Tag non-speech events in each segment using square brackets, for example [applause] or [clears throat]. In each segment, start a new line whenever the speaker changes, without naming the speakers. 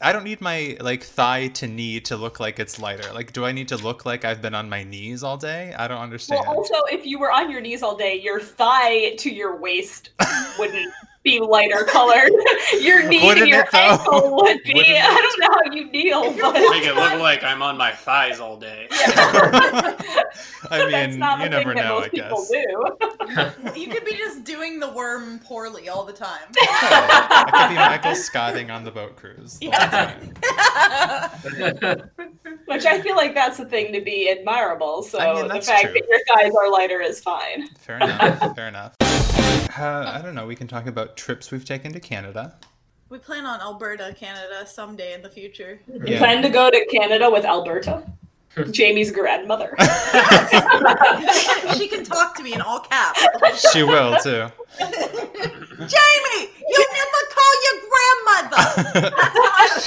I don't need my like thigh to knee to look like it's lighter. Like, do I need to look like I've been on my knees all day? I don't understand. [laughs]
Well, also, if you were on your knees all day, your thigh to your waist wouldn't be lighter colored. [laughs] your knee
Wouldn't
to your
it, though?
ankle would be.
Wouldn't it?
I don't know how you kneel, but
Make it look like I'm on my thighs all day.
I
that's
mean,
not
you
the thing
never
that
know.
most
I
people
[laughs] guess.
do.
You could be just doing the worm poorly all the time.
I could be Michael Scotting on the boat cruise.
Yeah.
Which I feel like that's a thing to be admirable. So
I mean,
the
that's
fact
true.
that your thighs are lighter is fine.
Fair
[laughs]
enough. Fair enough. Uh, I don't know. We can talk about trips we've taken to Canada.
we plan on Alberta, Canada someday in the future.
You
Yeah.
plan to go to Canada with Alberta,
[laughs]
Jamie's grandmother.
she can talk to me in all caps.
She will too. [laughs]
Jamie, you never call your grandmother.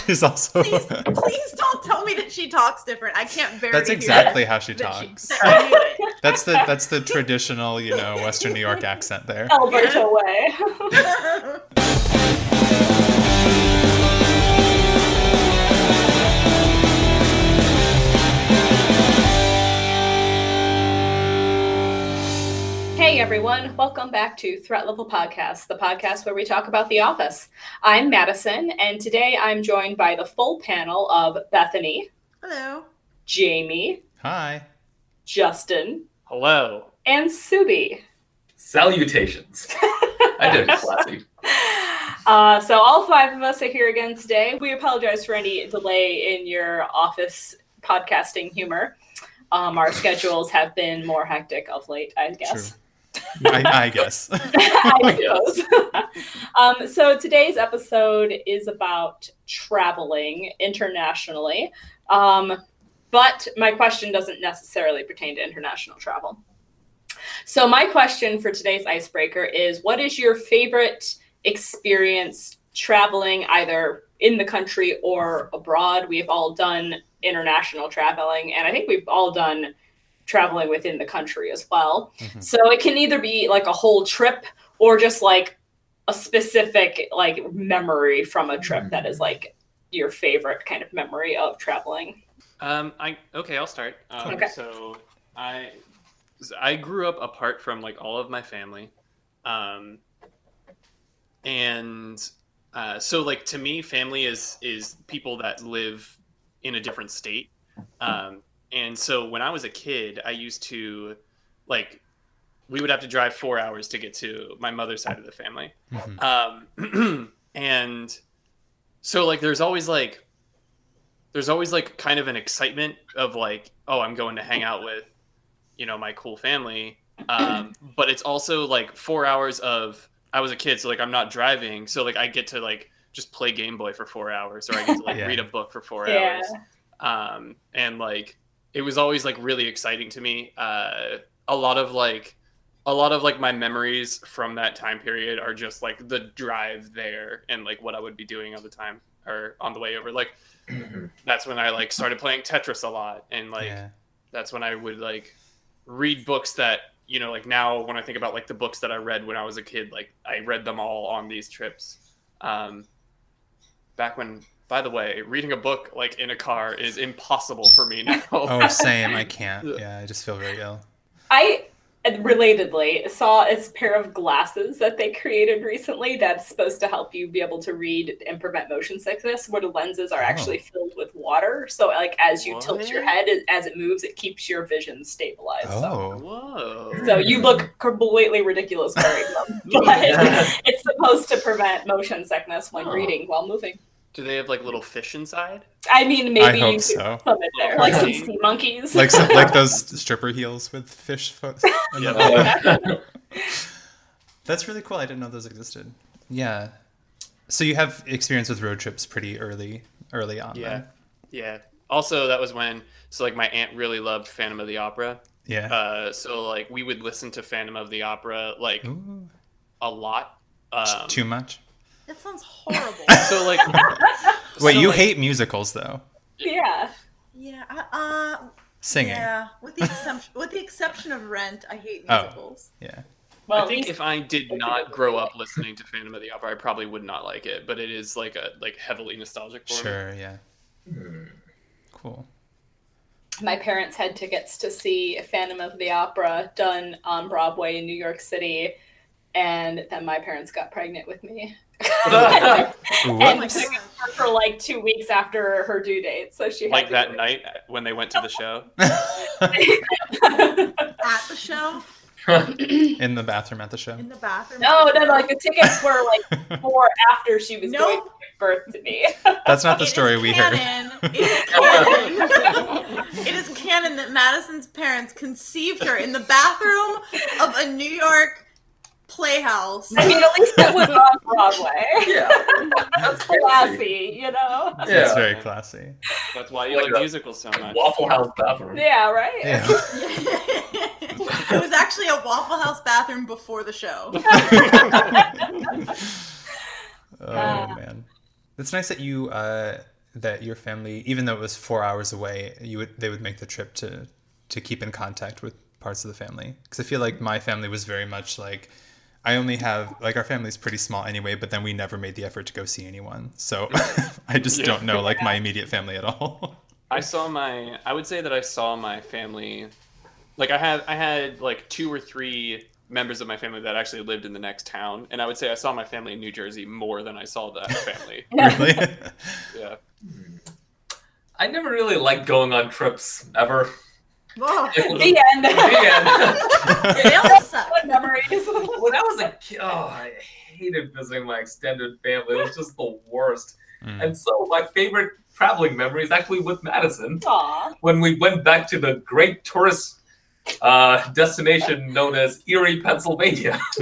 She's also.
Please, please don't tell me that she talks different. I can't bear
That's
to hear
exactly how she
that- that she-
talks.
[laughs]
that I knew it.
That's the that's the traditional, you know, Western New York accent there.
Alberta way. [laughs] Hey everyone, welcome back to Threat Level Podcast, the podcast where we talk about The Office. I'm Madison, and today I'm joined by the full panel of Bethany,
Hello.
Jamie,
Hi.
Justin,
Hello.
and Subi.
Salutations. I did it classy.
Uh, so all five of us are here again today. We apologize for any delay in your office podcasting humor. Um, our schedules have been more hectic of late, I guess.
I, I guess. [laughs]
I
Yes.
suppose. [laughs] um, so today's episode is about traveling internationally, um, but my question doesn't necessarily pertain to international travel. So my question for today's icebreaker is: What is your favorite experience traveling, either in the country or abroad? We've all done international traveling, and I think we've all done traveling within the country as well.
Mhm.
So it can either be like a whole trip or just like a specific like memory from a trip that
Mm-hmm.
is like your favorite kind of memory of traveling.
Um, I okay, I'll start. Um,
Okay.
So I I grew up apart from like all of my family, um, and uh, so like to me, family is is people that live in a different state. Um, and so when I was a kid, I used to like we would have to drive four hours to get to my mother's side of the family
Mhm.
um, [clears throat] and so like there's always like there's always like kind of an excitement of like oh i'm going to hang out with you know my cool family um, but it's also like four hours of i was a kid so like i'm not driving so like i get to like just play game boy for four hours or i get to like
Yeah.
read a book for four
Yeah.
hours um, and like it was always like really exciting to me uh, a lot of like a lot of like my memories from that time period are just like the drive there and like what I would be doing all the time or on the way over. Like that's when I like started playing Tetris a lot and like
yeah.
that's when I would like read books that you know like now when I think about like the books that I read when I was a kid like I read them all on these trips. Um, back when by the way reading a book like in a car is impossible for me [laughs] now.
Oh, same. I can't. Yeah, I just feel very ill.
I relatedly saw this pair of glasses that they created recently that's supposed to help you be able to read and prevent motion sickness where the lenses are
Oh.
actually filled with water so like as you tilt your
What?
head it- as it moves it keeps your vision stabilized so.
Oh.
Whoa.
So you look completely ridiculous wearing them, [laughs] but
[laughs]
it's supposed to prevent motion sickness when
Oh.
reading while moving.
Do they have like little fish inside?
I mean,
I
maybe you
hope
could
so.
put it there, like some
Right.
sea monkeys.
Like some, like those stripper heels with fish foot. I love
[laughs]
that. That's really cool. I didn't know those existed. Yeah. So you have experience with road trips pretty early, early on.
Yeah.
then.
Yeah. Also, that was when so like my aunt really loved Phantom of
[laughs]
the Opera.
Yeah.
Uh, so like we would listen to Phantom of the Opera like
Ooh.
a lot. Uh, Um,
Too much.
That sounds horrible.
[laughs]
so like.
Wait,
so,
you
like-
hate musicals though.
[laughs] yeah,
yeah. I- Uh,
Singing.
Yeah. With the exception, with the exception of Rent, I hate
Oh.
musicals.
Yeah.
Well,
I
at
think
least-
if I did
I
not
did
grow
enjoy
up listening to Phantom of the Opera, I probably would not like it. But it is like a like heavily nostalgic for me.
Sure, yeah.
Hmm.
Cool.
my parents had tickets to see Phantom of the Opera done on Broadway in New York City, and then my parents got pregnant with
[laughs]
me. [laughs]
What?
And for like two weeks after her due date, so she had
Like
to
that
do [laughs]
night when they went to the
[laughs]
show.
it.
At the show,
In the bathroom at the show.
in the bathroom.
no, no, like the tickets were
[laughs]
like four after she was
No.
going to give birth to me.
That's not
It
the
is
story we heard.
canon- It is canon. [laughs] it is canon that Madison's parents conceived her in the bathroom of a New York playhouse.
I mean, at least it was on Broadway.
[laughs] Yeah. That's fancy.
Classy, you know.
It's
Yeah.
very classy.
That's why you
Like
like
a-
musicals so much.
Waffle House bathroom.
Yeah, right.
Yeah.
it was actually a Waffle House bathroom before
[laughs]
the show.
oh
Ah.
man, it's nice that you uh, that your family, even though it was four hours away, you would they would make the trip to to keep in contact with parts of the family. Because I feel like my family was very much like I only have like our family's pretty small anyway, but then we never made the effort to go see anyone, so [laughs] I just
Yeah.
don't know like my immediate family at all. [laughs]
I saw my I would say that I saw my family like I had I had like two or three members of my family that actually lived in the next town and I would say I saw my family in New Jersey more than I saw [laughs] that family.
really,
yeah.
I never really liked going on trips ever.
Whoa,
It
[laughs]
was,
[laughs] The end.
Yeah.
they all suck.
What memories.
[laughs] when I was a kid, oh, I hated visiting my extended family. It was just the worst.
Mm.
And so my favorite traveling memory is actually with Madison
Aw.
when we went back to the great tourist uh, destination known as Erie, Pennsylvania. [laughs]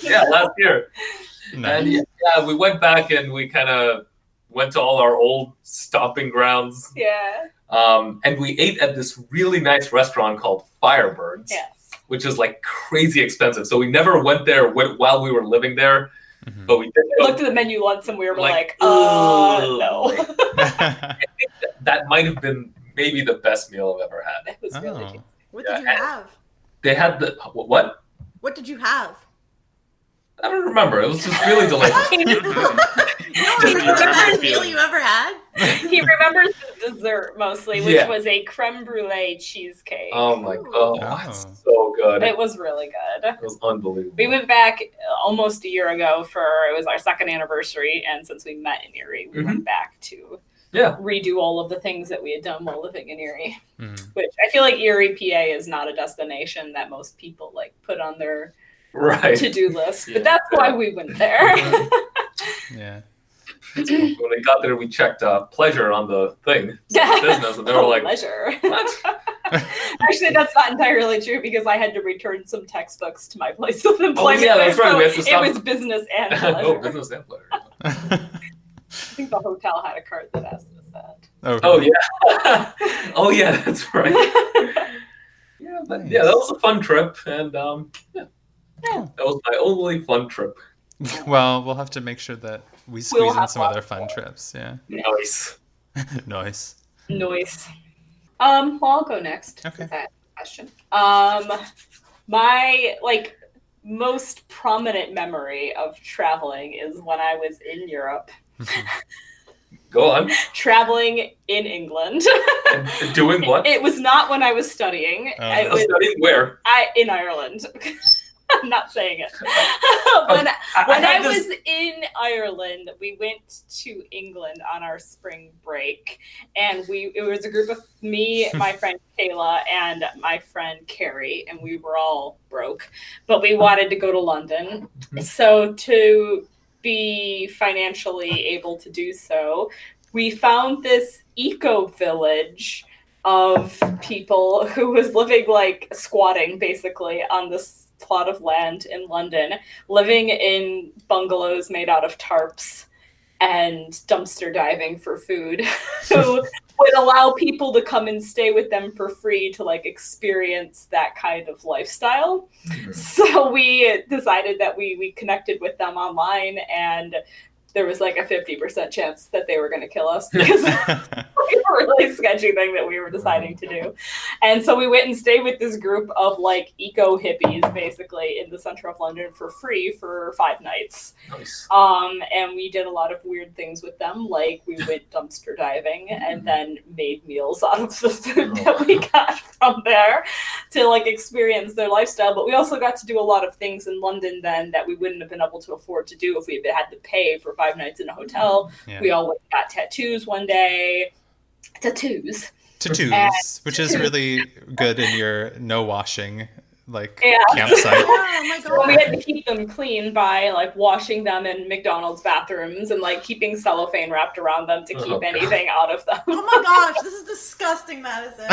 yeah, last year.
[laughs] Nice.
And yeah, we went back and we kind of went to all our old stomping grounds.
Yeah.
Um, and we ate at this really nice restaurant called Firebirds,
Yes.
which is like crazy expensive. So we never went there wh- while we were living there,
[laughs] Mhm.
but we did
We
go
looked at the menu once and we were like, uh,
"Ugh."
no. [laughs]
that might have been maybe the best meal I've ever had.
It was really
Oh.
cute.
What did you have?
They had the wh- what?
What did you have?
I don't remember. It was
[laughs]
just really delicious.
[laughs] No,
Just
is it
remember
the best meal
feeling.
you ever had?
he remembers the dessert mostly, which
Yeah.
was a creme brulee cheesecake.
Oh my god, oh,
Oh.
it's so good.
It
It
was really good.
was unbelievable.
We went back almost a year ago for it was our second anniversary, and since we met in Erie, we went back to
Mm-hmm. Yeah.
redo all of the things that we had done while living in Erie.
Mm.
Which I feel like Erie, PA, is not a destination that most people like put on their
right.
to do list,
Yeah.
but that's why we went there.
Yeah. [laughs]
when we got there, we checked uh, pleasure on the
[laughs]
thing business, and they were like,
pleasure.
"What? [laughs]
[laughs] Actually, that's not entirely true because I had to return some textbooks to my place of employment.
Oh, yeah, that's right,
so
we had to stop-
It was
[laughs]
business and
oh,
pleasure.
business and pleasure."
I think the hotel had a card that asked us that.
Oh yeah, [laughs] oh yeah, that's right. Yeah, but yeah, that was a fun trip, and um, yeah,
Yeah.
that was my only fun trip.
Well, we'll have to make sure that we squeeze in
have
some other fun trips. Yeah. [laughs]
Nice.
nice.
[laughs]
[laughs]
Noise. Um, well, I'll go next.
Okay.
since I have a question. Um, my like most prominent memory of traveling is when I was in Europe,
Go on.
traveling in England.
And doing
[laughs]
what?
It was not when I was studying.
Oh.
It was
Studying where?
I in Ireland. [laughs] I'm not saying it. [laughs] when when I,
had this-
was in Ireland, we went to England on our spring break, and we it was a group of
[laughs]
me, my friend Kayla, and my friend Carrie, and we were all broke, but we wanted to go to London.
Mhm.
So to be financially able to do so, we found this eco village of people who was living like squatting basically on this plot of land in London, living in bungalows made out of tarps and dumpster diving for food. [laughs] who would allow people to come and stay with them for free to like experience that kind of lifestyle
Hmm.
so we decided that we we connected with them online and there was like a 50% chance that they were going to kill us because it was a really sketchy thing that we were deciding to do. And so we went and stayed with this group of like eco hippies basically in the center of London for free for five nights.
[laughs] Nice.
Um, and we did a lot of weird things with them. Like we went dumpster diving and then made meals out of the food that we got from there to like experience their lifestyle. But we also got to do a lot of things in London then that we wouldn't have been able to afford to do if we had had to pay for five nights in a hotel.
Yeah.
We all went and got tattoos one day. Tattoos.
Tattoos, which is really good in your no washing like
Yeah.
[laughs]
campsite.
Oh my
Well, we [laughs]
god.
had to keep them clean by like washing them in McDonald's bathrooms and like keeping cellophane wrapped around them to
Oh,
keep
God.
anything out of them. [laughs]
Oh my gosh, this is disgusting, Madison.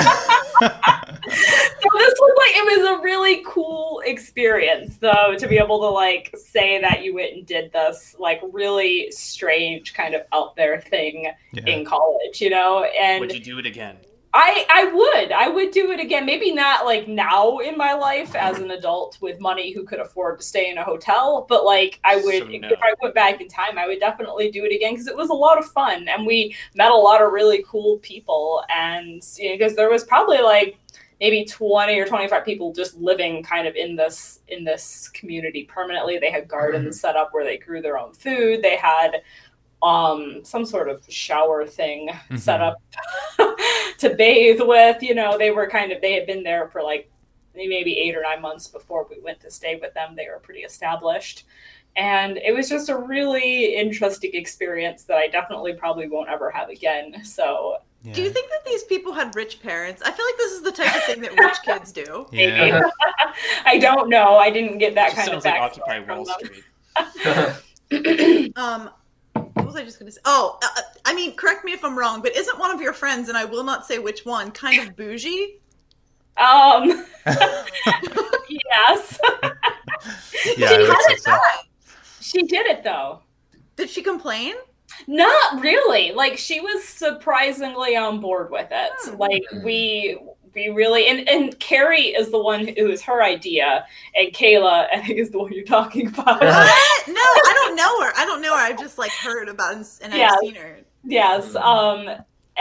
So this was like it was a really cool experience though to be able to like say that you went and did this like really strange kind of out there thing
yeah.
in college, you know? And
Would you do it again?
I I would I would do it again. Maybe not like now in my life as an adult with money who could afford to stay in a hotel, but like I would
So no.
if I went back in time, I would definitely do it again because it was a lot of fun and we met a lot of really cool people and you know because there was probably like maybe 20 or 25 people just living kind of in this in this community permanently they had gardens set up where they grew their own food they had um some sort of shower thing set
Mhm.
up [laughs] to bathe with you know they were kind of they had been there for like maybe eight or nine months before we went to stay with them they were pretty established and it was just a really interesting experience that i definitely probably won't ever have again so
Yeah.
Do you think that these people had rich parents? I feel like this is the type of thing that rich kids do.
[laughs]
yeah.
maybe. I don't know. I didn't get that
It just
kind of
sounds like
back.
Occupy Wall Street.
Um, what was I just gonna say? Oh, uh, uh, I mean, correct me if I'm wrong, but isn't one of your friends, and I will not say which one, kind of bougie?
Um, yes, [laughs]
Yeah,
Did
I would
he have
say
it
so.
she did it though.
Did she complain?
Not really. Like she was surprisingly on board with it.
Hmm.
Like we we really and and Carrie is the one who is her idea, and Kayla I think is the one you're talking
Uh-huh.
about.
What? No, I don't know her. I don't know her. I've just like heard about and, and
Yeah.
I've seen her.
Yes. Um,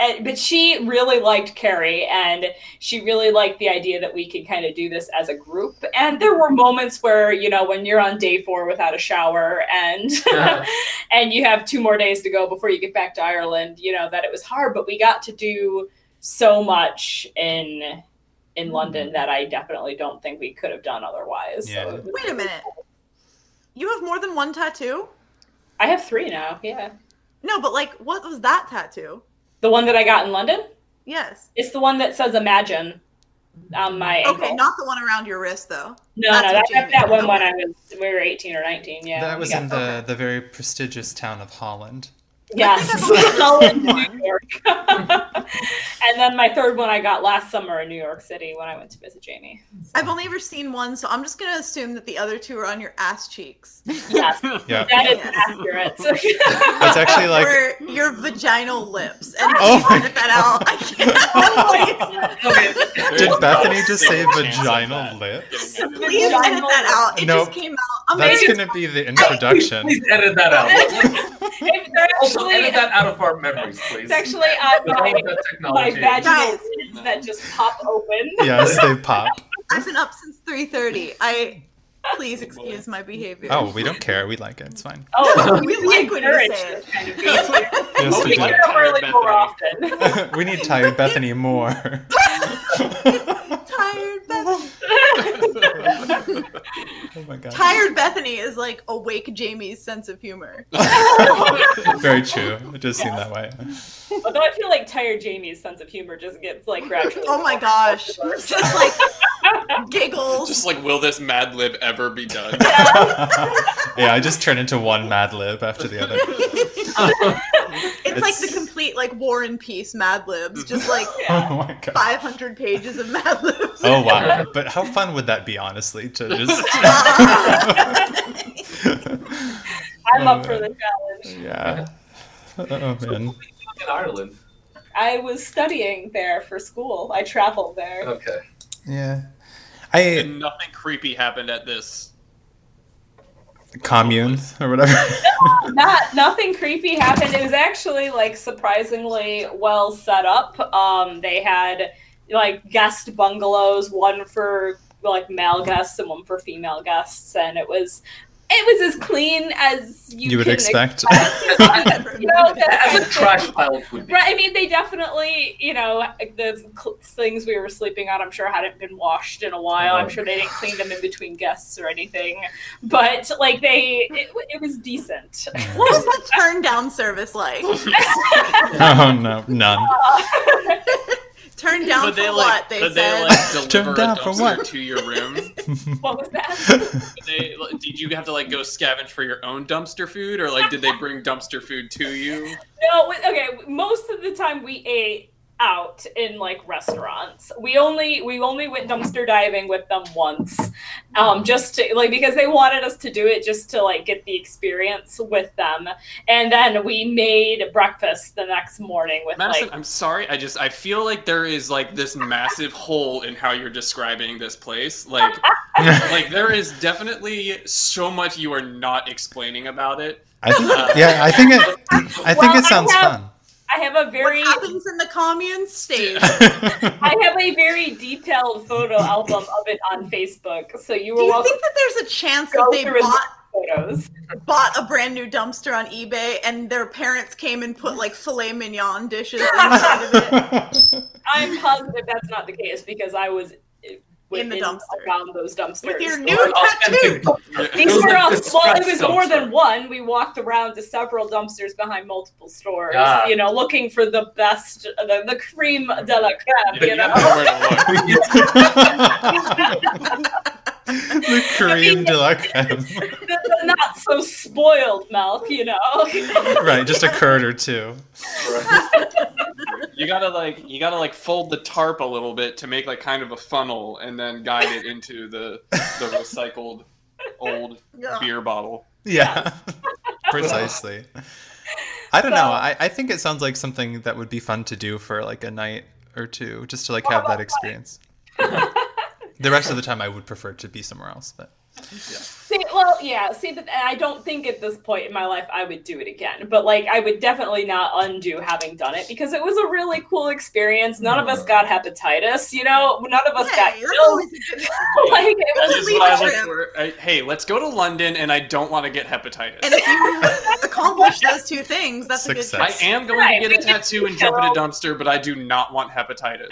and, but she really liked Carrie, and she really liked the idea that we could kind of do this as a group. And there were moments where, you know, when you're on day four without a shower, and [laughs] and you have two more days to go before you get back to Ireland, you know, that it was hard. But we got to do so much in in London that I definitely don't think we could have done otherwise.
Yeah.
So it was-
Wait a minute. You have more than one tattoo?
I have three now. Yeah,
No, but like, what was that tattoo?
the one that I got in London.
Yes.
It's the one that says "Imagine" on my ankle.
Okay, not the one around your wrist though.
No, no,
That's
that,
what
that,
you
that
mean.
one when I was we were eighteen or nineteen. Yeah,
that was
yeah.
in
[laughs]
the, the very prestigious town of Holland. [laughs]
yes,
I think I've only
Holland,
seen
[laughs]
one.
New York. [laughs] and then my third one I got last summer in New York City when I went to visit Jamie.
I've only ever seen one, so I'm just gonna assume that the other two are on your ass cheeks.
[laughs]
Yes,
Yeah.
[laughs] that is
Yes. [laughs]
accurate. [laughs]
That's actually like
or your vaginal lips. And if
Oh
you
my
edit that out, I
[laughs]
can't. [laughs] please
did Bethany just say
There's no chance of
vaginal
that.
lips?
please edit that out. It
Nope.
just came out. I'm
That's
gonna-
gonna be the introduction.
[laughs] Please edit that out.
If they're
Also, edit
actually,
that out of our memories, please.
it's actually on
With all
my,
of that
my
technology.
vaginal
Guys.
lids that just pop open.
Yes, they pop.
I've been up since 3:30. I please excuse my behavior.
Oh, we don't care. We like it. It's fine.
Oh,
We like when you
encourage
say
this
it.
kind of behavior.
Yes,
We
we
Oh,
get
do.
yeah.
them really more often.
[laughs] we need tired Bethany
[laughs]
more.
[laughs] Tired Bethany.
[laughs]
Oh my god.
Tired Bethany is like awake Jamie's sense of humor.
[laughs] Very true. It does seem that way.
Although I feel like tired Jamie's sense of humor just gets like
[laughs]
gradually.
Oh my gosh. Just like giggles.
Just like, will this Mad Lib ever be done? [laughs]
[laughs] yeah, I just turn into one Mad Lib after the other.
it's, like the
it's-
complete like War and Peace Mad Libs. Just like
Oh my god.
500 pages of Mad Libs.
Oh wow. But how fun would that be, honestly?
[laughs]
To just.
I'm
Oh,
up for
man.
the challenge.
yeah. Oh man.
in Ireland.
I was studying there for school. I traveled there.
Okay.
Yeah. I
and nothing creepy happened at this
commune or whatever.
Not nothing creepy happened. It was actually like surprisingly well set up. Um, they had like guest bungalows, one for like male guests and one for female guests, and it was it was as clean as you,
You would
can
expect.
[laughs]
expect. you know,
As
the-
a trash pile would be.
Right, I mean, they definitely, you know, the cl- things we were sleeping on, I'm sure hadn't been washed in a while. I'm
Oh.
sure they didn't clean them in between guests or anything, but like they, it, it was decent. [laughs]
What was the turn down service like?
[laughs] oh no,
[laughs]
none. [laughs]
Uh,
Turn down
but
for
they like,
what? They
but
said.
they like deliver
Turned down
a
for
dumpster
what?
to your room.
what was that?
They, did you have to like go scavenge for your own dumpster food, or like did they bring dumpster food to you?
No, we- okay. Most of the time we ate out in like restaurants. We only we only went dumpster diving with them once, um, just to, like because they wanted us to do it just to like get the experience with them. And then we made breakfast the next morning with
Madison,
like.
I'm sorry. I just I feel like there is like this massive hole in how you're describing this place. Like like there is definitely so much you are not explaining about it.
I think, yeah, I think it. I think
Well, I
it sounds
have- I have a very
What happens in the
[laughs]
commune stays.
fun.
I have a very detailed photo album of it on Facebook, so you
Do
were
you
welcome
think that there's a chance that
Go
they
through and-
bought
to photos.
bought a brand new dumpster on eBay and their parents came and put like filet
[laughs]
mignon dishes inside of it?
I'm positive that's not the case because I was
In the
within-
dumpster.
around those dumpsters
With your new
So-
tattoo.
These
It was
were
like
all,
this
well, it
scratch
was more
dumpster.
than one. We walked around to several dumpsters behind multiple stores,
Ah.
you know, looking for the best, the, the cream de la creme, you
Yeah.
know.
Nowhere to look.
the cream de la creme.
The, [laughs] the not so spoiled milk, you know.
[laughs]
Right, just a curd or two.
You gotta like you gotta like fold the tarp a little bit to make like kind of a funnel and then guide it into the the recycled old
Ugh.
beer bottle.
Yeah, precisely. I don't
So-
know. I, I think it sounds like something that would be fun to do for like a night or two, just to like
What
have
about
that experience. the rest of the time, I would prefer to be somewhere else.
[laughs]
But
see, well, yeah, see, but I don't think at this point in my life I would do it again. But like, I would definitely not undo having done it because it was a really cool experience. None of
Mm.
us got hepatitis, you know. None of us got
Hey, that's
ill.
always a good-
[laughs] like, it
That
was
is
leave
what I
the
look
trip.
for. I- Hey, let's go to London and I don't want to get hepatitis.
And if you
[laughs]
accomplish those two things, that's a
Success.
good
I am going
Right,
to
we
get a
can
tattoo
[laughs]
and
kill
jump in a
all-
dumpster, but I do not want hepatitis.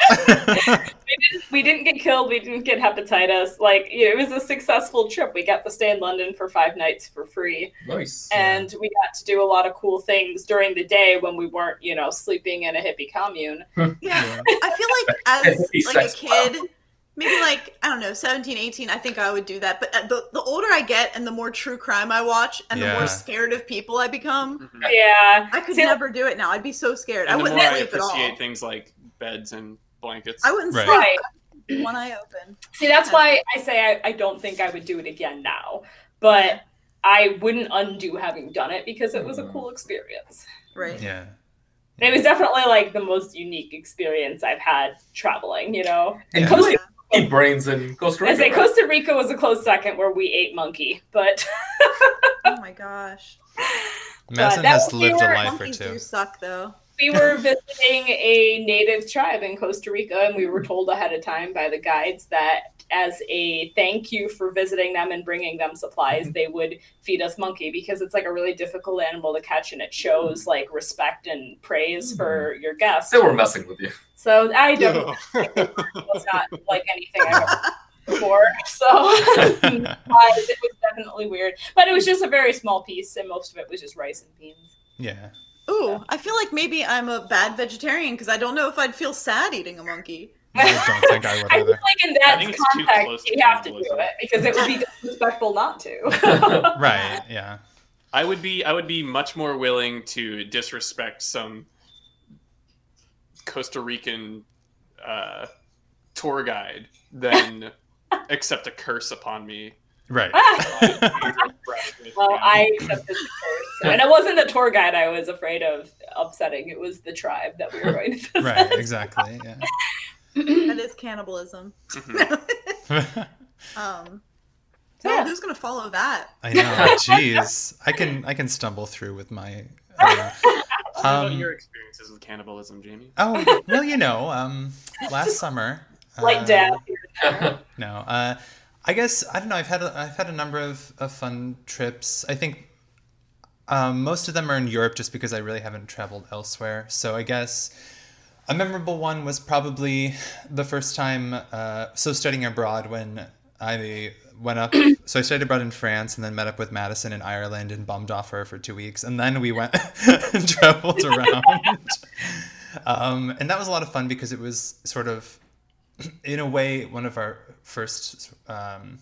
we didn't get killed. We didn't get hepatitis. Like you know, it was a successful trip. We got to stay in London for five nights for free,
Nice.
and we got to do a lot of cool things during the day when we weren't, you know, sleeping in a hippie commune.
Yeah. I
[laughs]
feel like
Be
as like a
sex bomb.
kid, maybe like I don't know, 17, 18, I think I would do that. But uh, the, the older I get and the more true crime I watch and the
Yeah.
more scared of people I become,
Mhm.
Yeah,
I could
Mm-hmm. See,
never do it now. I'd be so scared. I
And the
wouldn't
more I
sleep at all.
appreciate things like beds and blankets.
I wouldn't
Right.
sleep.
right.
One eye open.
See, that's why I say I, I don't think I would do it again now, but I wouldn't undo having done it because it was a cool experience.
Right.
yeah,
It was definitely like the most unique experience I've had traveling. You know,
And
Costa
Eat brains in Costa
I
Rica.
say
right?
Costa Rica was a close second where we ate monkey, but.
Oh my gosh.
Madison
that
has
would be
lived a
where
life or
Monkeys
two.
do suck though.
we were visiting a native tribe in Costa Rica, and we were told ahead of time by the guides that as a thank you for visiting them and bringing them
Mm-hmm.
supplies, they would feed us monkey because it's like a really difficult animal to catch, and it shows like respect and praise for your guests.
Mm-hmm. They were messing
[laughs]
with you.
So I don't was not like anything I've ever
[laughs]
done before. So [laughs]
[laughs]
it was definitely weird, but it was just a very small piece, and most of it was just rice and beans.
yeah,
Ooh, I feel like maybe I'm a bad vegetarian because I don't know if I'd feel sad eating a monkey.
I don't think I would
[laughs] I feel
either.
like in
I think
that
it's too close
context,
to
you have to do
cannibalism.
it because it would be disrespectful not
[laughs]
to. [laughs]
Right? Yeah.
I would be I would be much more willing to disrespect some Costa Rican uh, tour guide
[laughs]
than accept a curse upon me.
[laughs]
Right.
well, [laughs] I accepted the curse, and it wasn't the tour guide I was afraid of upsetting; it was the tribe that we were going to visit.
Right. Exactly.
That is cannibalism.
Mhm.
Yeah.
Um, So
Yeah.
who's gonna follow that?
[laughs] I know. Jeez, I can I can stumble through with my. Uh,
What about
Um,
your experiences with cannibalism, Jamie?
oh well, you know, um, last summer.
[laughs] Like
uh,
dad. here and there.
yeah.
No, uh, I guess I don't know. I've had a, I've had a number of, of fun trips. I think um, most of them are in Europe, just because I really haven't traveled elsewhere. So I guess a memorable one was probably the first time. Uh, so studying abroad when I went up. [coughs] so I studied abroad in France, and then met up with Madison in Ireland and bummed off her for two weeks, and then we went [laughs] and traveled around. um, and that was a lot of fun because it was sort of in a way one of our first um,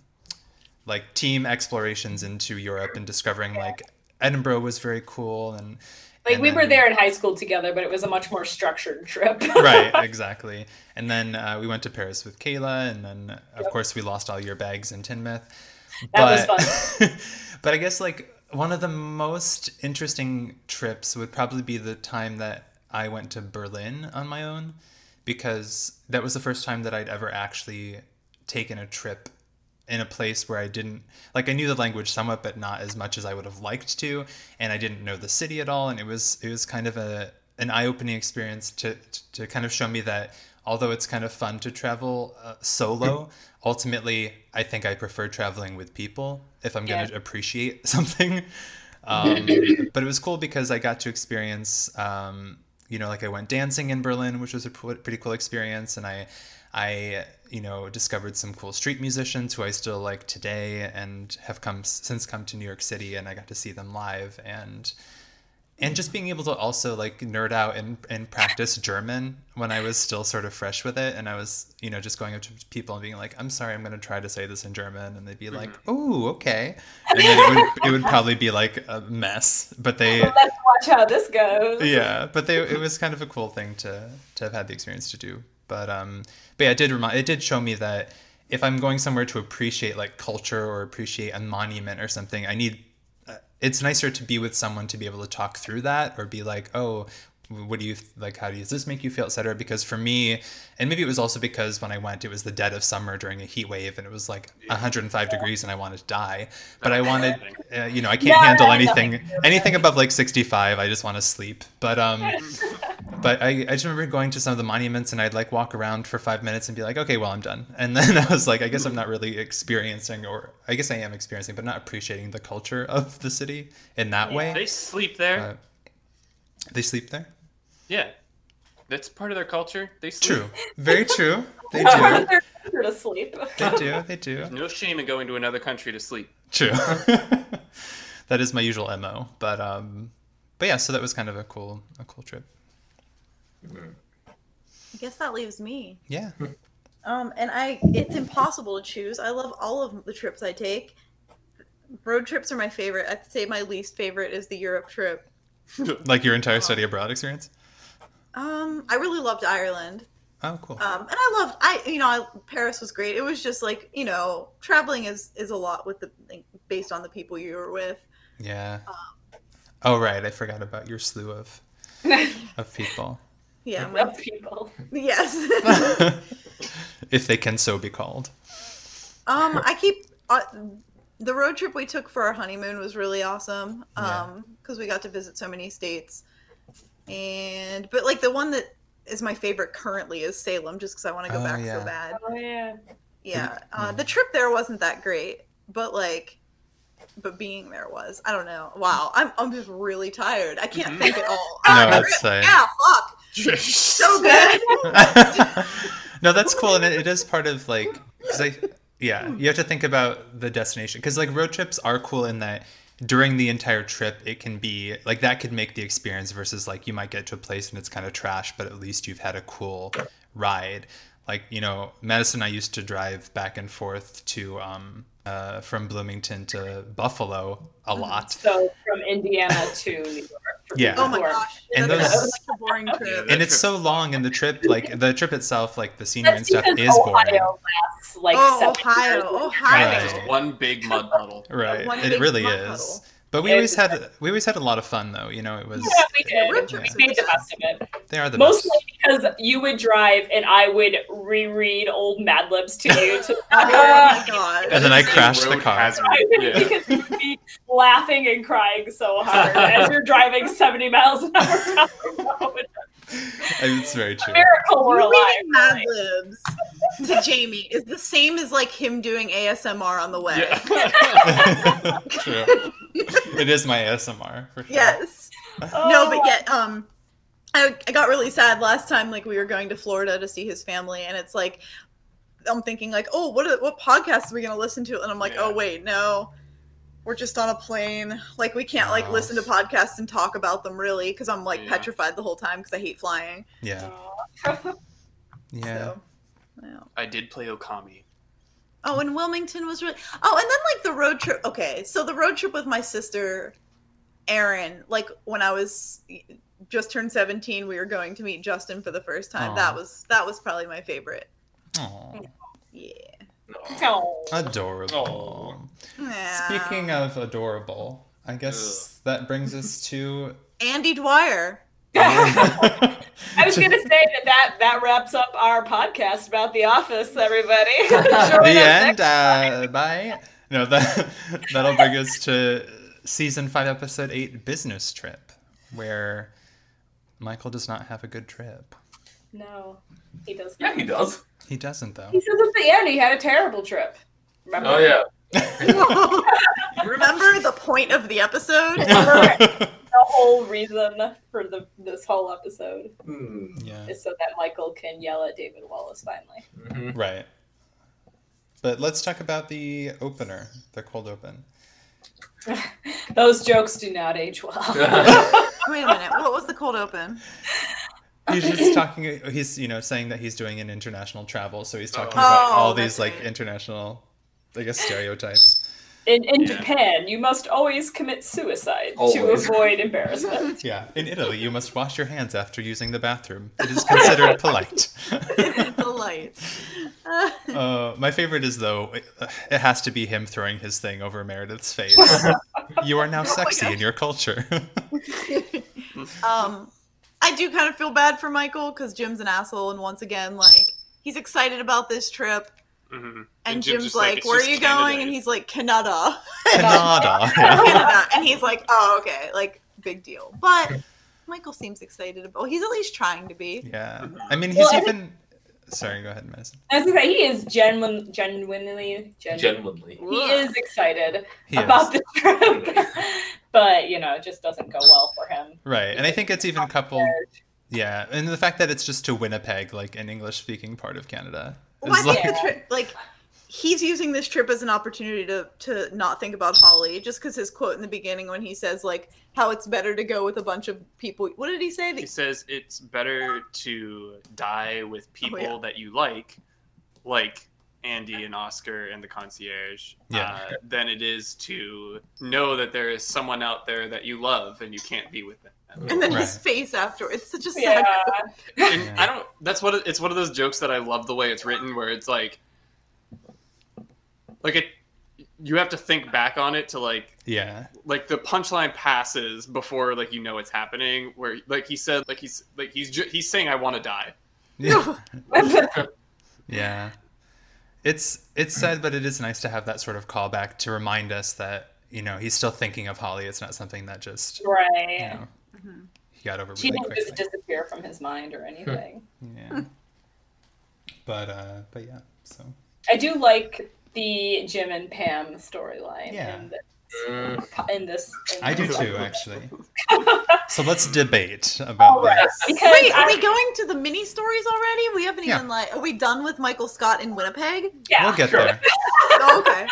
like team explorations into Europe and discovering like Edinburgh was very cool and
Like
and
we were
then-
there in high school together, but it was a much more structured trip. [laughs]
[laughs] right exactly and then uh, we went to Paris with Kayla and then of course we lost all your bags in Tinmouth
That was
fun [laughs] but I guess like one of the most interesting trips would probably be the time that I went to Berlin on my own because that was the first time that I'd ever actually taken a trip in a place where I didn't like I knew the language somewhat but not as much as I would have liked to and I didn't know the city at all and it was it was kind of a an eye-opening experience to to kind of show me that although it's kind of fun to travel uh, solo ultimately I think I prefer traveling with people if I'm going to appreciate [laughs] something um, but it was cool because I got to experience, um, you know, like I went dancing in Berlin, which was a pr- pretty cool experience, and I, I, you know, discovered some cool street musicians who I still like today, and have come since come to New York City, and I got to see them live, and and just being able to also like nerd out and, and practice German when I was still sort of fresh with it. And I was, you know, just going up to people and being like, I'm sorry, I'm going to try to say this in German. And they'd be like, oh, okay. And then it would, it would probably be like a mess, but they,
Let's watch how this
[laughs]
goes. [laughs]
yeah, but they, it was kind of a cool thing to, to have had the experience to do. But, um, but yeah, it did remind, it did show me that if I'm going somewhere to appreciate like culture or appreciate a monument or something, I need uh, it's nicer to be with someone to be able to talk through that or be like, oh, what do you like? How does this make you feel, et cetera? Because for me, and maybe it was also because when I went, it was the dead of summer during a heat wave and it was like 105 degrees and I wanted to die. But I wanted, uh, you know, I can't
Yeah,
handle
no,
anything, anything above like 65. I just want to sleep. But, um, but I, I just remember going to some of the monuments and I'd like walk around for five minutes and be like, okay, well, I'm done. And then [laughs] I was like, I guess I'm not really experiencing, or I guess I am experiencing, but not appreciating the culture of the city in that way.
They sleep there.
Uh, they sleep there?
yeah, that's part of their culture. They sleep.
True. Very true. They
It's part
do.
of their culture
[laughs]
to sleep.
They do. They do.
No shame in going to another country to sleep.
True. [laughs] that is my usual MO. But, um, but yeah, so that was kind of a cool, a cool trip.
I guess that leaves me.
Yeah.
Um, and I, it's impossible to choose. I love all of the trips I take. Road trips are my favorite. I'd say my least favorite is the Europe trip.
Like your entire study
Oh.
abroad experience.
Um, I really loved Ireland.
Oh, cool.
Um, and I loved, I, you know, I, Paris was great. It was just like, you know, traveling is is a lot with the based on the people you were with.
Yeah.
um,
Oh right, I forgot about your slew of of
[laughs]
people, [laughs]
Yeah, my-
Of people.
yes. [laughs]
if they can so be called. [laughs]
Um, I keep uh, the road trip we took for our honeymoon was really awesome.
Yeah.
Um, because we got to visit so many states, and but like the one that is my favorite currently is Salem, just because I want to go
Oh,
back
yeah.
so bad.
Oh yeah.
Yeah, uh,
yeah.
the trip there wasn't that great, but like. But being there was, I don't know. Wow, I'm I'm just really tired. I can't think at all.
[laughs] No,
Ah,
that's uh,
yeah, fuck, so good.
no, that's cool, and it, it is part of like, 'cause I, yeah, you have to think about the destination because like road trips are cool in that during the entire trip it can be like that could make the experience versus like you might get to a place and it's kind of trash, but at least you've had a cool ride. Like you know, Madison, and I used to drive back and forth to um uh from Bloomington to Buffalo a lot,
So from Indiana to New York. for
Yeah.
people
Oh my
who are-
gosh,
And
that's- that
those-
was such a
[laughs]
boring trip.
and it's so long and the trip like the trip itself like the scenery and
That's
stuff
because
is boring
Ohio lasts like
Oh,
seven years.
Ohio,
Right.
Ohio.
Just one big mud puddle.
right
one
it
big
really
mud
is
puddle.
but we
Yeah,
always had we always had a lot of fun though you know it was
Yeah, we
Yeah,
did.
road
Yeah.
trips
We
are
made the best of it.
they are the
Mostly
best
because you would drive and I would reread old Mad Libs to you to [laughs]
Oh my god.
And then I crashed the
Road
car.
hazard. Yeah.
because you'd be laughing and crying so hard as you're driving 70 miles an hour down the road.
And [laughs] it's very true.
Miracle we're
Reading
alive.
Mad
really.
Libs to Jamie is the same as like him doing ASMR on the way.
Yeah.
[laughs] true. It is my ASMR for sure.
Yes.
Oh,
No, but yet, um, I, I got really sad last time. Like we were going to Florida to see his family, and it's like I'm thinking like, oh, what are, what podcast are we gonna listen to? And I'm like,
Yeah.
oh wait, no, we're just on a plane. Like we can't like
Oh.
listen to podcasts and talk about them really because I'm like
Yeah.
petrified the whole time because I hate flying.
Yeah.
Oh,
Yeah.
So. yeah.
[laughs] I did play Okami.
Oh, and Wilmington was really. Oh, and then like the road trip. Okay, so the road trip with my sister, Erin. Like when I was just turned seventeen, we were going to meet Justin for the first time.
Aw.
That was that was probably my favorite.
Aw,
Yeah.
Oh.
Adorable. Speaking of adorable, I guess that brings us
[laughs]
to. [laughs]
Andy Dwyer.
I was gonna say that, that that wraps up our podcast about The Office, everybody.
[laughs]
Join us
the end.
next
Uh, bye. No, [laughs] that that'll bring us to season five, episode eight, business trip, where Michael does not have a good trip.
No, he does
Yeah,
not.
he does.
He doesn't though. [laughs]
He says at the end he had a terrible trip. Remember?
Oh yeah.
Remember
[laughs]
the point of
[laughs]
the episode?
Remember the whole reason for the this whole episode
Hmm.
yeah.
is so that Michael can yell at David Wallace finally.
Mhm.
Right. But let's talk about the opener, the cold open.
Those jokes do not age well.
[laughs]
Wait a minute. What was the cold open? [laughs]
He's just talking. He's you know saying that he's doing an international travel, so he's talking
Oh.
about
Oh,
all
that's
these like
right.
international, I guess stereotypes.
In in
Yeah.
Japan, you must always commit suicide to
Always.
avoid embarrassment.
Yeah. In Italy, you must wash your hands after using the bathroom. It is
[laughs]
considered polite. [laughs]
the lights. [laughs] Uh,
Uh, my favorite is though, it, it has to be him throwing his thing over Meredith's face.
[laughs]
you
Oh
are now sexy in your culture. [laughs]
um, I do kind of feel bad for Michael because Jim's an asshole, and once again, like he's excited about this trip,
hmm
and, Jim's, like, "Where are you going?" And he's
[laughs]
like, "Canada, [laughs]
Canada.
Canada," and he's like, "Oh, okay, like big deal." But Michael seems excited about. He's at least trying to be.
yeah. I mean, he's
Well, I think-
even. Sorry, go ahead, Madison.
As I say, he is genuine, genuinely, genuinely,
Genuinely.
he is excited.
He is.
about the trip. [laughs] but you know, it just doesn't go well for him.
Right, and I think it's even coupled. Yeah, and the fact that it's just to Winnipeg, like an English-speaking part of Canada,
Well, I
is
think
like
[laughs]
the trip, like. He's using this trip as an opportunity to to not think about Holly, just because his quote in the beginning when he says like how it's better to go with a bunch of people. What did he say?
He says it's better to die with people
Oh, yeah.
that you like, like Andy and Oscar and the concierge,
Yeah.
uh, than it is to know that there is someone out there that you love and you can't be with them.
and then
Right.
his face after. It's such a sad.
[laughs] Yeah.
[laughs]
And
Yeah.
I don't. That's what it- it's one of those jokes that I love the way it's written, where it's like, like it, you have to think back on it to like
yeah,
like the punchline passes before like you know it's happening where like he said like he's like he's ju- he's saying i want to die
yeah,
yeah.
yeah. It's it's sad, but it is nice to have that sort of callback to remind us that you know he's still thinking of Holly. It's not something that just
right.
you know he got over
Mm-hmm. She
really
didn't just
quickly.
disappear from his mind or anything.
Yeah,
[laughs]
but uh, but yeah, so
I do like the Jim and Pam storyline.
Yeah.
In this,
Mm.
in this, in
I do
this [laughs]
too, actually. So let's debate about
All right.
this.
Because
Wait, are
I,
we going to the mini stories already? We haven't
Yeah.
even like. Are we done with Michael Scott in
[laughs]
Winnipeg?
yeah,
We'll get
Sure.
there.
oh, okay.